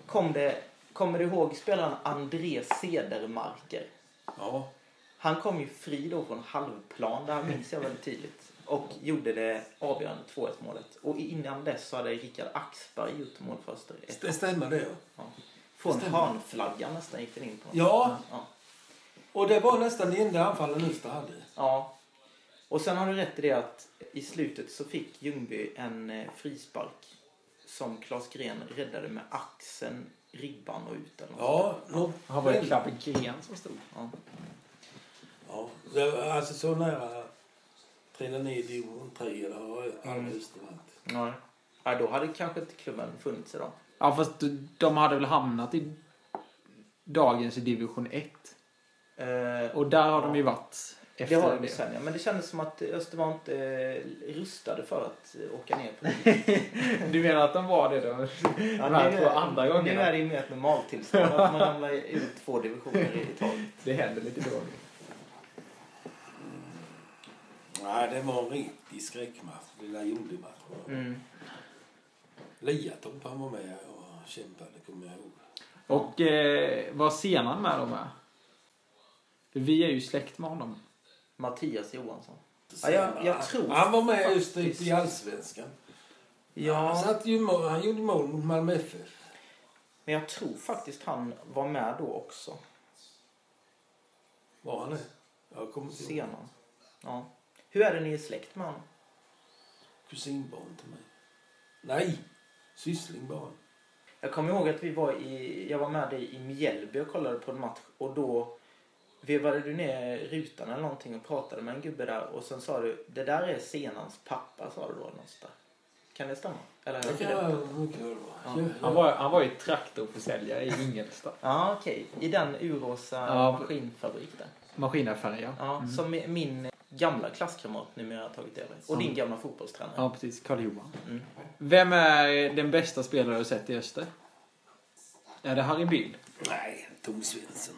Speaker 1: kom det... Kommer du ihåg spelaren André Sedermarker?
Speaker 3: Ja.
Speaker 1: Han kom ju fri då från halvplan, det här minns jag väldigt tydligt. Och gjorde det avgörande 2-1 målet. Och innan dess så hade Rickard Axberg gjort mål för Öster. Ett-
Speaker 3: Det stämmer det. ja.
Speaker 1: ja. Från
Speaker 3: stämmer.
Speaker 1: hörnflaggan nästan gick den in på honom.
Speaker 3: Ja,
Speaker 1: Ja.
Speaker 3: och det var nästan det enda anfallen Ystad hade.
Speaker 1: Ja. Och sen har du rätt i det att i slutet så fick Ljungby en eh, frispark som Klas Gren räddade med axeln, ribban och ut eller något sånt.
Speaker 3: Ja, nog.
Speaker 6: Han var det Klappe Gren som stod.
Speaker 3: Ja, det var alltså så nära trilla ner i division 3 eller har
Speaker 1: Mm.
Speaker 3: aldrig Ystad varit.
Speaker 1: Nej. Ja, då hade kanske inte klubben funnits idag.
Speaker 6: Ja fast de hade väl hamnat i dagens division 1.
Speaker 1: Eh,
Speaker 6: Och där har de ju varit
Speaker 1: det
Speaker 6: efter
Speaker 1: har de ju
Speaker 6: det.
Speaker 1: sen, ja. Men det kändes som att Öster var inte eh, rustade för att eh, åka ner på det.
Speaker 6: Du menar att de var det då?
Speaker 1: Ja,
Speaker 6: de här
Speaker 1: nu
Speaker 6: två
Speaker 1: är-
Speaker 6: andra
Speaker 1: Nu
Speaker 6: gångerna.
Speaker 1: är det ju mer ett normaltillstånd att man ramlar ut två divisioner i taget.
Speaker 6: Det händer lite då.
Speaker 3: Nej, det var en riktig skräckmatch. Lilla Jondy-match.
Speaker 1: Mm.
Speaker 3: Liatorp han var med och kämpade, kommer jag ihåg.
Speaker 6: Och eh, vad senan med dem är? För vi är ju släkt med honom.
Speaker 1: Mattias Johansson. Ja, jag- jag tror
Speaker 3: han var med i
Speaker 1: faktiskt-
Speaker 3: Österrike i Allsvenskan. Han,
Speaker 1: Ja,
Speaker 3: satt ju, i mål- han gjorde mål mot Malmö FF.
Speaker 1: men jag tror faktiskt han var med då också.
Speaker 3: Var han det? Jag kommer inte ihåg.
Speaker 1: Senan. Ja. Hur är det ni är släkt med honom?
Speaker 3: Kusinbarn till mig. Nej! Sysslingbarn.
Speaker 1: Jag kommer ihåg att vi var i, jag var med dig i Mjällby och kollade på en match och då vevade du ner rutan eller någonting och pratade med en gubbe där och sen sa du det där är Senans pappa sa du då någonstans där. Kan det stämma? Eller har jag
Speaker 3: Det kan
Speaker 1: fel?
Speaker 3: jag mycket väl vara. Ja,
Speaker 6: Han var, han var ju traktorförsäljare i Ingelstad.
Speaker 1: Ja okej, i den uråsa
Speaker 6: Ja. Mm.
Speaker 1: maskinfabrik där.
Speaker 6: Maskinaffär, ja.
Speaker 1: Ja, Som mi- min gamla klasskamrat numera har tagit över. Och din gamla fotbollstränare.
Speaker 6: Ja, precis. Karl-Johan.
Speaker 1: Mm.
Speaker 6: Vem är den bästa spelare du sett i Öster? Är det Harry Bill?
Speaker 3: Nej, Tommy Svensson.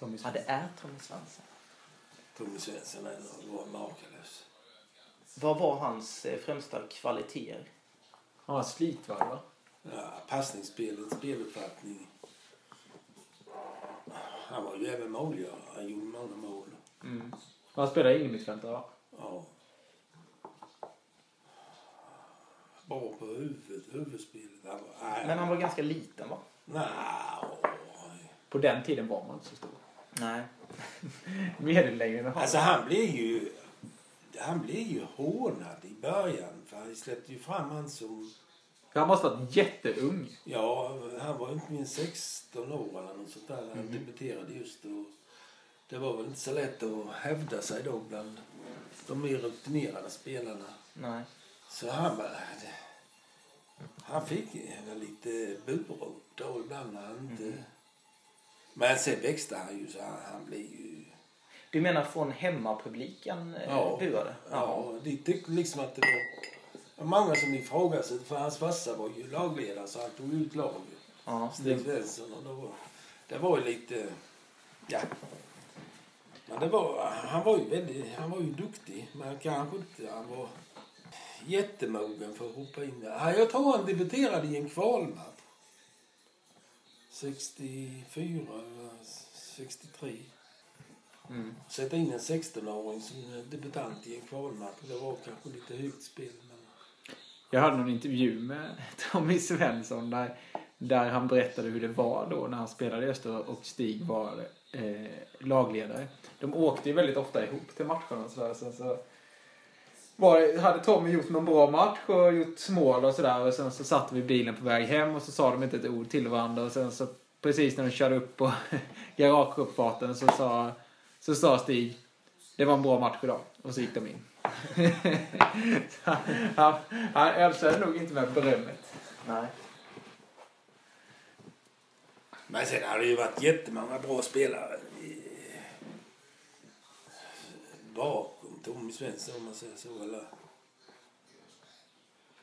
Speaker 1: Ja, det är Tommy Svensson.
Speaker 3: Tommy Svensson är nog- var makalös.
Speaker 1: Vad var hans eh, främsta kvaliteter?
Speaker 6: Han var slitvarv, va?
Speaker 3: Ja, passningsspelet, speluppfattning. Han var ju även målgörare. Han gjorde många mål.
Speaker 6: Han spelade innermittfältare, va?
Speaker 3: Ja. Bra på huvudet, huvudspelet. Han var... Nej,
Speaker 1: Men han var ganska liten va?
Speaker 3: nej.
Speaker 6: På den tiden var man inte så stor.
Speaker 1: Nej.
Speaker 6: Medellängden har
Speaker 3: Alltså han blev ju... Han blev ju hånad i början. För han släppte ju fram han som...
Speaker 6: Han måste ha varit jätteung.
Speaker 3: Ja, han var inte minst 16 år eller något sånt där. Han debuterade just då. Det var väl inte så lätt att hävda sig då bland de mer rutinerade spelarna.
Speaker 1: Nej.
Speaker 3: Så han var... Han fick en lite burop då ibland när han inte... Men sen växte han ju så han, han blev ju...
Speaker 1: Du menar från hemmapubliken eh,
Speaker 3: Ja.
Speaker 1: buade?
Speaker 3: Ja, de tyckte liksom att det var... det var Många som ifrågasatte, för hans farsa var ju lagledare så han tog ut laget.
Speaker 1: Ja.
Speaker 3: Stig Svensson. Och det, var, det var ju lite... Ja. Men det var, han var ju väldigt, han var ju duktig. Men kanske inte, han var jättemogen för att hoppa in där. Han- Jag tror han debuterade i en kvalmatch. 64 eller 63. Sätta in en 16-åring som debutant i en kvalmatch. Det var kanske lite högt spel. Men...
Speaker 6: Jag hörde någon intervju med Tommy Svensson där, där han berättade hur det var då när han spelade i Öster och Stig var eh, lagledare. De åkte ju väldigt ofta ihop till matcherna och sådär. Sen så var, det- hade Tommy gjort någon bra match och gjort mål och sådär och sen så satt vi i bilen på väg hem och så sa de inte ett ord till varandra och sen så precis när de körde upp på garageuppfarten så sa, så sa Stig det var en bra match idag och så gick de in. Så han, han ölsade nog inte med berömmet.
Speaker 1: Nej.
Speaker 3: Men sen har det ju varit jättemånga bra spelare i, bakom Tommy Svensson om man säger så. Eller.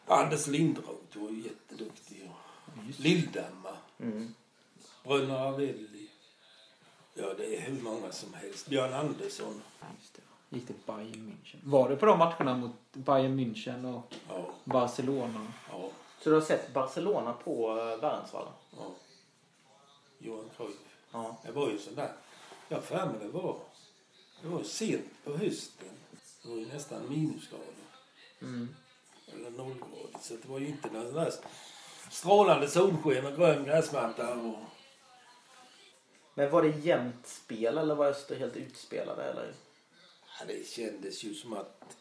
Speaker 3: Anders Lindroth var ju jätteduktig. Och Lilldammar. Bröderna Avelli. Ja, det är hur många som helst. Björn Andersson.
Speaker 6: Gick till Bayern München. Var du på de matcherna mot Bayern München och
Speaker 3: Ja,
Speaker 6: Barcelona?
Speaker 3: ja,
Speaker 1: Så du har sett Barcelona på eh, Värnsvalla?
Speaker 3: ja. Johan Cruyff.
Speaker 1: Ja.
Speaker 3: Det var ju sån där. Jag har för mig det var. Det var sent på hösten. Det var ju nästan minusgrader. Eller nollgradigt. Så det var ju inte någon sån där strålande solsken och grön gräsmatta. Och...
Speaker 1: Men var det jämnt spel eller var Öster helt utspelade? Eller?
Speaker 3: Ja, det kändes ju som att...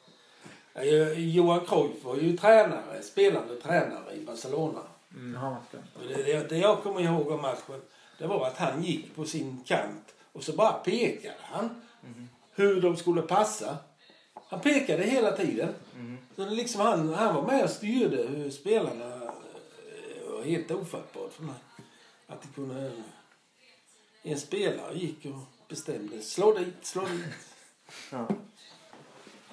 Speaker 3: Ja, Johan Cruyff var ju tränare, spelande tränare i Barcelona.
Speaker 6: Mm, han var inte.
Speaker 3: Och det, det, det jag kommer ihåg av matchen, det var att han gick på sin kant och så bara pekade han hur de skulle passa. Han pekade hela tiden. Så det liksom han, han var med och styrde hur spelarna... eh, var helt ofattbart för mig. Att det kunde... En spelare gick och bestämde. Slå dit, slå dit.
Speaker 1: Ja.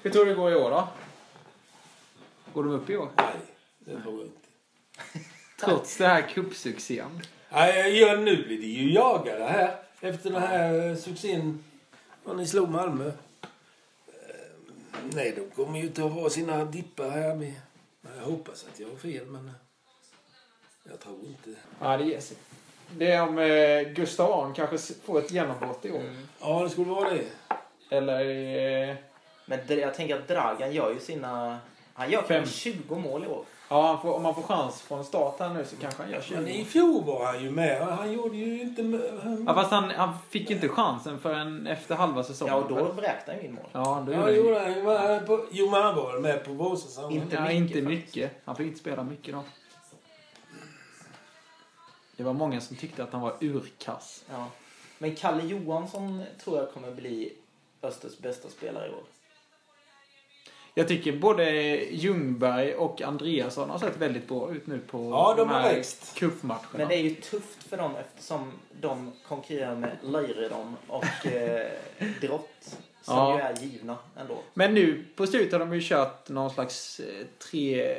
Speaker 6: Hur tror du det går i år då? Går de upp i år?
Speaker 3: Nej, det tror jag inte.
Speaker 6: Trots den här cupsuccén.
Speaker 3: Nej, ja, nu blir det ju jagade här. Efter den här eh, succén när ni slog Malmö. Eh, Nej, de kommer ju inte att ha sina dippar här med. Men Jag hoppas att jag har fel, men eh, jag tror inte.
Speaker 6: Ja, det ger sig. Det är om eh, Gustav Ahn kanske s- får ett genombrott i år.
Speaker 3: Ja, det skulle vara det.
Speaker 6: Eller... Eh,
Speaker 1: Men Dr- jag tänker att Dragan gör ju sina... Han gör
Speaker 6: Fem.
Speaker 1: kanske 20 mål i år.
Speaker 6: ja, han får, om han får chans från start här nu så kanske han gör 20.
Speaker 3: Men i fjol var han ju med. Han gjorde ju inte... Han,
Speaker 6: Ja, fast han, han fick ju inte chansen förrän efter halva säsongen.
Speaker 1: Ja, och då vräkte han ju in mål.
Speaker 6: Ja, då
Speaker 3: ja,
Speaker 6: gjorde
Speaker 3: gjorde han. ju. Men han på- Jo, men han var med på vårsäsongen.
Speaker 1: Inte
Speaker 6: inte ja,
Speaker 1: mycket
Speaker 6: inte
Speaker 1: faktiskt.
Speaker 6: mycket. Han fick inte spela mycket då. Det var många som tyckte att han var urkass.
Speaker 1: Ja. Men Kalle Johansson tror jag kommer bli Östers bästa spelare i år.
Speaker 6: Jag tycker både Ljungberg och Andreasson har sett väldigt bra ut nu på
Speaker 3: Ja, de har
Speaker 6: här
Speaker 3: växt.
Speaker 1: Men
Speaker 6: cupmatcherna.
Speaker 1: det är ju tufft för dem eftersom de konkurrerar med Löjredom och eh, Drott. Som
Speaker 6: Ja.
Speaker 1: ju är givna ändå.
Speaker 6: Men nu på slutet har de ju kört någon slags eh, tre eh,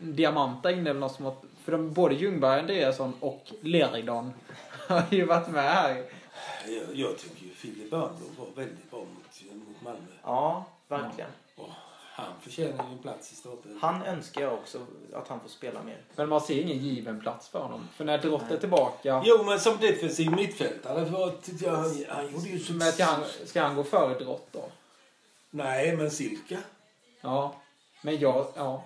Speaker 6: diamanta in eller något som har, För de, både Ljungberg, Andreasson och Leridon har ju varit med här.
Speaker 3: Jag, jag tycker ju Filip Örnblom var väldigt bra mot, mot Malmö.
Speaker 1: Ja, verkligen.
Speaker 3: Och han förtjänar ju en plats i starten.
Speaker 1: Han önskar jag också att han får spela mer.
Speaker 6: Men man ser ingen given plats för honom. För när Drott är tillbaka
Speaker 3: Jo, men som defensiv mittfältare för att tyckte jag han, han gjorde ju
Speaker 6: så
Speaker 3: så
Speaker 6: med att han, ska han gå före Drott då?
Speaker 3: Nej, men Silka.
Speaker 6: Ja. Men jag, ja.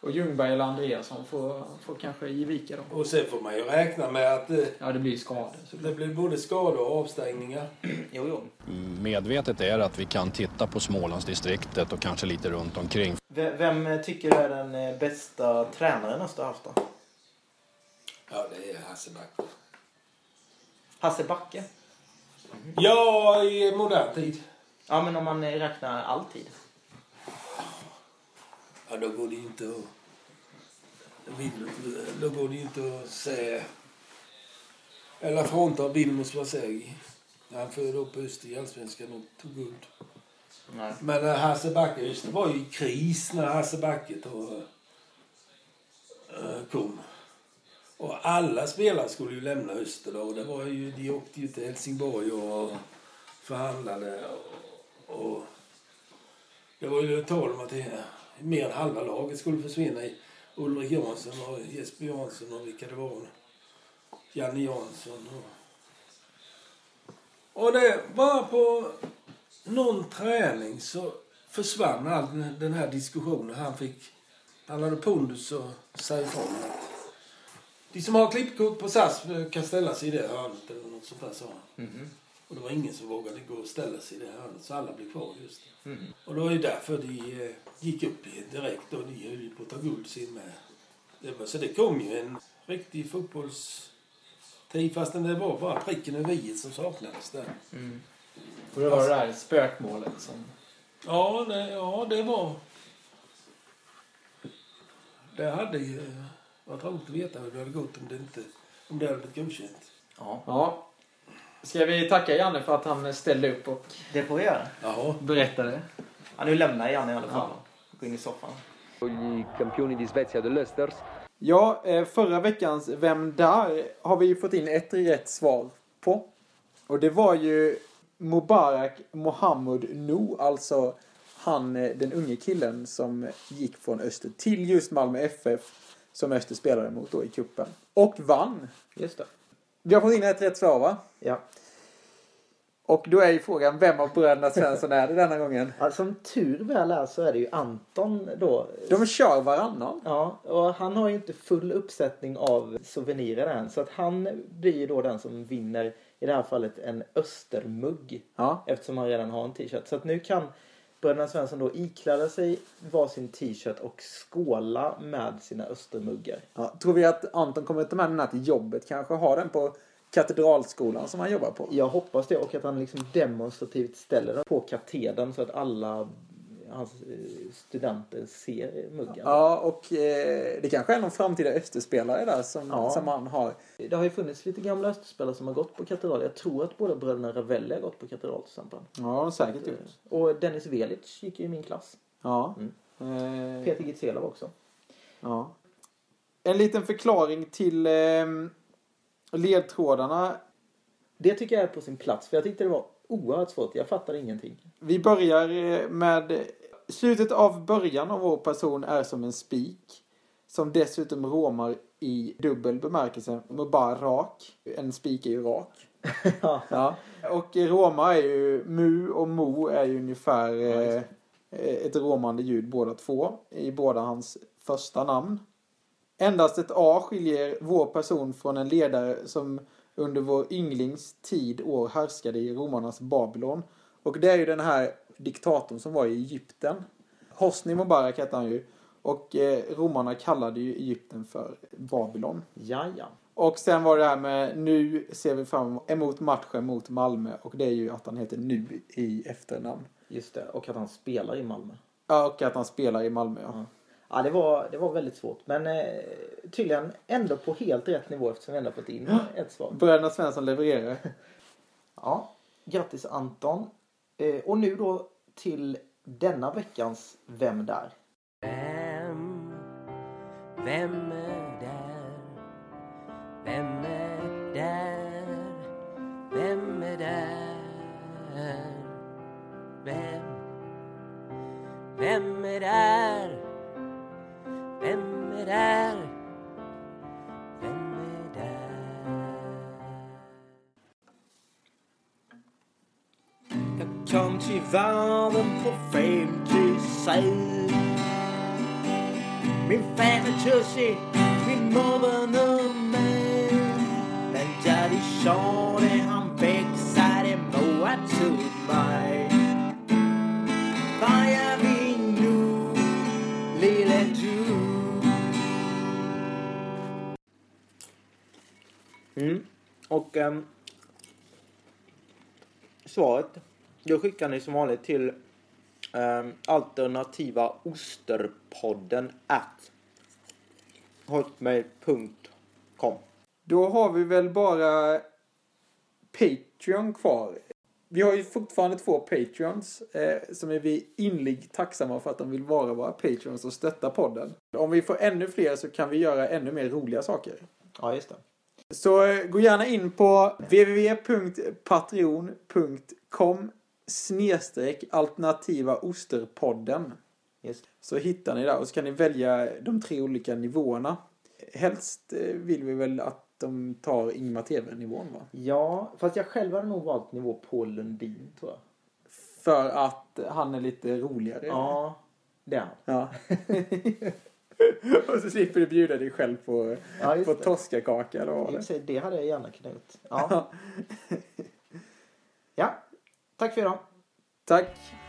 Speaker 6: Och Ljungberg eller Andreasson får, får kanske ge vika då.
Speaker 3: Och sen får man ju räkna med att eh,
Speaker 6: Ja, det blir ju skador. Så.
Speaker 3: det blir både skador och avstängningar.
Speaker 1: Jo, jo.
Speaker 9: Medvetet är att vi kan titta på Smålandsdistriktet och kanske lite runt omkring
Speaker 1: V- vem tycker du är den eh, bästa tränaren Öster har haft då?
Speaker 3: Ja, det är Hasselback.
Speaker 1: Hasse Backe?
Speaker 3: Ja, i modern tid.
Speaker 1: Ja, men om man eh, räknar alltid.
Speaker 3: Ja, då går det ju inte att... Vil- Då går det ju inte att säga... Eller frånta Vilmos Vasegi. Han förde upp Öster i Allsvenskan och tog guld.
Speaker 1: Nej.
Speaker 3: Men eh, Hasse Backe, just det var ju kris när Hasse Backe tog, eh, kom. Och alla spelare skulle ju lämna Öster då. Och det var ju, de åkte ju till Helsingborg och förhandlade. Och, och det var ju tal om att det- mer än halva laget skulle försvinna. i Ulrik Jansson och Jesper Jansson och vilka det var. Janne Jansson. Och, och det var på någon träning så försvann all den- den här diskussionen. Han fick... Han hade pondus att säga ifrån att de som har klippkort på SAS kan ställa sig i det hörnet eller något sånt där sa han. Och det var ingen som vågade gå och ställa sig i det hörnet så alla blev kvar just det. Och det var ju därför de eh, gick upp i- direkt och de höll ju på att ta guld sin med. Det var, så det kom ju en riktig fotbollstid fastän det var bara pricken över i som saknades där.
Speaker 6: Och det var det där spökmålet som...
Speaker 3: Ja, nej, ja det var... Det hade ju varit roligt att veta hur det hade gått om det inte om det hade blivit godkänt.
Speaker 1: Ja,
Speaker 6: Ja. Ska vi tacka Janne för att han ställde upp och
Speaker 1: det får vi göra.
Speaker 3: Ja.
Speaker 6: berättade?
Speaker 1: Ja, nu lämnar jag Janne i alla fall. Gå in i soffan.
Speaker 4: Ja, eh, förra veckans Vem där? har vi ju fått in ett rätt svar på. Och det var ju Mubarak Mohammed No, alltså han, eh, den unge killen som gick från Öster till just Malmö FF som Öster spelade mot då i kuppen. Och vann!
Speaker 1: Just det.
Speaker 4: Vi har fått in ett rätt svar va?
Speaker 1: Ja.
Speaker 4: Och då är ju frågan, vem av bröderna Svensson är det denna gången?
Speaker 1: Ja, som tur väl är så är det ju Anton då.
Speaker 4: De kör varannan.
Speaker 1: Ja, och han har ju inte full uppsättning av souvenirer än. Så att han blir ju då den som vinner, i det här fallet, en östermugg.
Speaker 4: Ja.
Speaker 1: Eftersom han redan har en t-shirt. Så att nu kan bröderna Svensson då ikläda sig varsin t-shirt och skåla med sina östermuggar.
Speaker 4: ja. Tror vi att Anton kommer ta med den här till jobbet? Kanske ha den på Katedralskolan som han jobbar på?
Speaker 1: Jag hoppas det och att han liksom demonstrativt ställer den på katedern så att alla hans eh, studenter ser muggen.
Speaker 6: Ja, och eh, det kanske är någon framtida Österspelare där som,
Speaker 1: Ja.
Speaker 6: som han har.
Speaker 1: Det har ju funnits lite gamla österspelare som har gått på katedral. Jag tror att båda bröderna Ravelli har gått på katedral till exempel. Eh,
Speaker 6: Ja, de säkert gjort.
Speaker 1: Och Dennis Velic gick ju i min klass.
Speaker 6: Ja. Eh,
Speaker 1: Peter Gitzelov också.
Speaker 6: ja. En liten förklaring till eh, ledtrådarna.
Speaker 1: Det tycker jag är på sin plats för jag tyckte det var oerhört svårt. Jag fattade ingenting.
Speaker 6: Vi börjar eh, med slutet av början av vår person är som en spik. Som dessutom råmar i dubbel bemärkelse. Mubarak. En spik är ju rak.
Speaker 1: Ja.
Speaker 6: Ja. Och i Roma är ju mu och mo är ju ungefär eh, ett råmande ljud båda två i båda hans första namn. Endast ett A skiljer vår person från en ledare som under vår ynglings tid år härskade i romarnas Babylon. Och det är ju den här diktatorn som var i Egypten. Hosni Mubarak hette han ju. Och eh, romarna kallade ju Egypten för Babylon.
Speaker 1: Ja, ja.
Speaker 6: Och sen var det här med nu ser vi fram emot matchen mot Malmö och det är ju att han heter nu i efternamn.
Speaker 1: Just det. Och att han spelar i Malmö.
Speaker 6: Ja, och att han spelar i Malmö. Ja.
Speaker 1: Ja, det var, det var väldigt svårt. Men eh, tydligen ändå på helt rätt nivå eftersom vi ändå fått in ett svar.
Speaker 6: Bröderna Svensson levererar.
Speaker 1: Ja, grattis Anton. Eh, och nu då till denna veckans Vem där?
Speaker 10: Vem? Vem är där? Vem är där? Vem är där? Vem? Vem är där? Vem är där? Vem är där?
Speaker 11: Jag kom till världen på 56 Min far var tussig, min mor var normal Men där de körde han växade Moa till mig Vad gör vi nu, lille du?
Speaker 1: Mm. Och ehm, svaret, då skickar ni som vanligt till ehm, alternativa osterpodden at hotmail.com.
Speaker 6: Då har vi väl bara Patreon kvar. Vi har ju fortfarande två Patreons eh, som är vi inlig tacksamma för att de vill vara våra Patreons och stötta podden. Om vi får ännu fler så kan vi göra ännu mer roliga saker.
Speaker 1: Ja, just det.
Speaker 6: Så eh, gå gärna in på www.patreon.com snedstreck alternativa osterpodden.
Speaker 1: Just det.
Speaker 6: Så hittar ni där och så kan ni välja de tre olika nivåerna. Helst eh, vill vi väl att de tar Ingmar TV-nivån va?
Speaker 1: Ja, fast jag själv hade nog valt nivå Paul Lundin tror jag.
Speaker 6: För att han är lite roligare.
Speaker 1: Ja, det är han.
Speaker 6: Ja. och så slipper du bjuda dig själv på,
Speaker 1: Ja, just
Speaker 6: på
Speaker 1: det.
Speaker 6: toskakaka eller vad
Speaker 1: I
Speaker 6: det
Speaker 1: och
Speaker 6: var.
Speaker 1: för sig, Det hade jag gärna kunnat gjort. Ja. ja, tack för idag.
Speaker 6: Tack!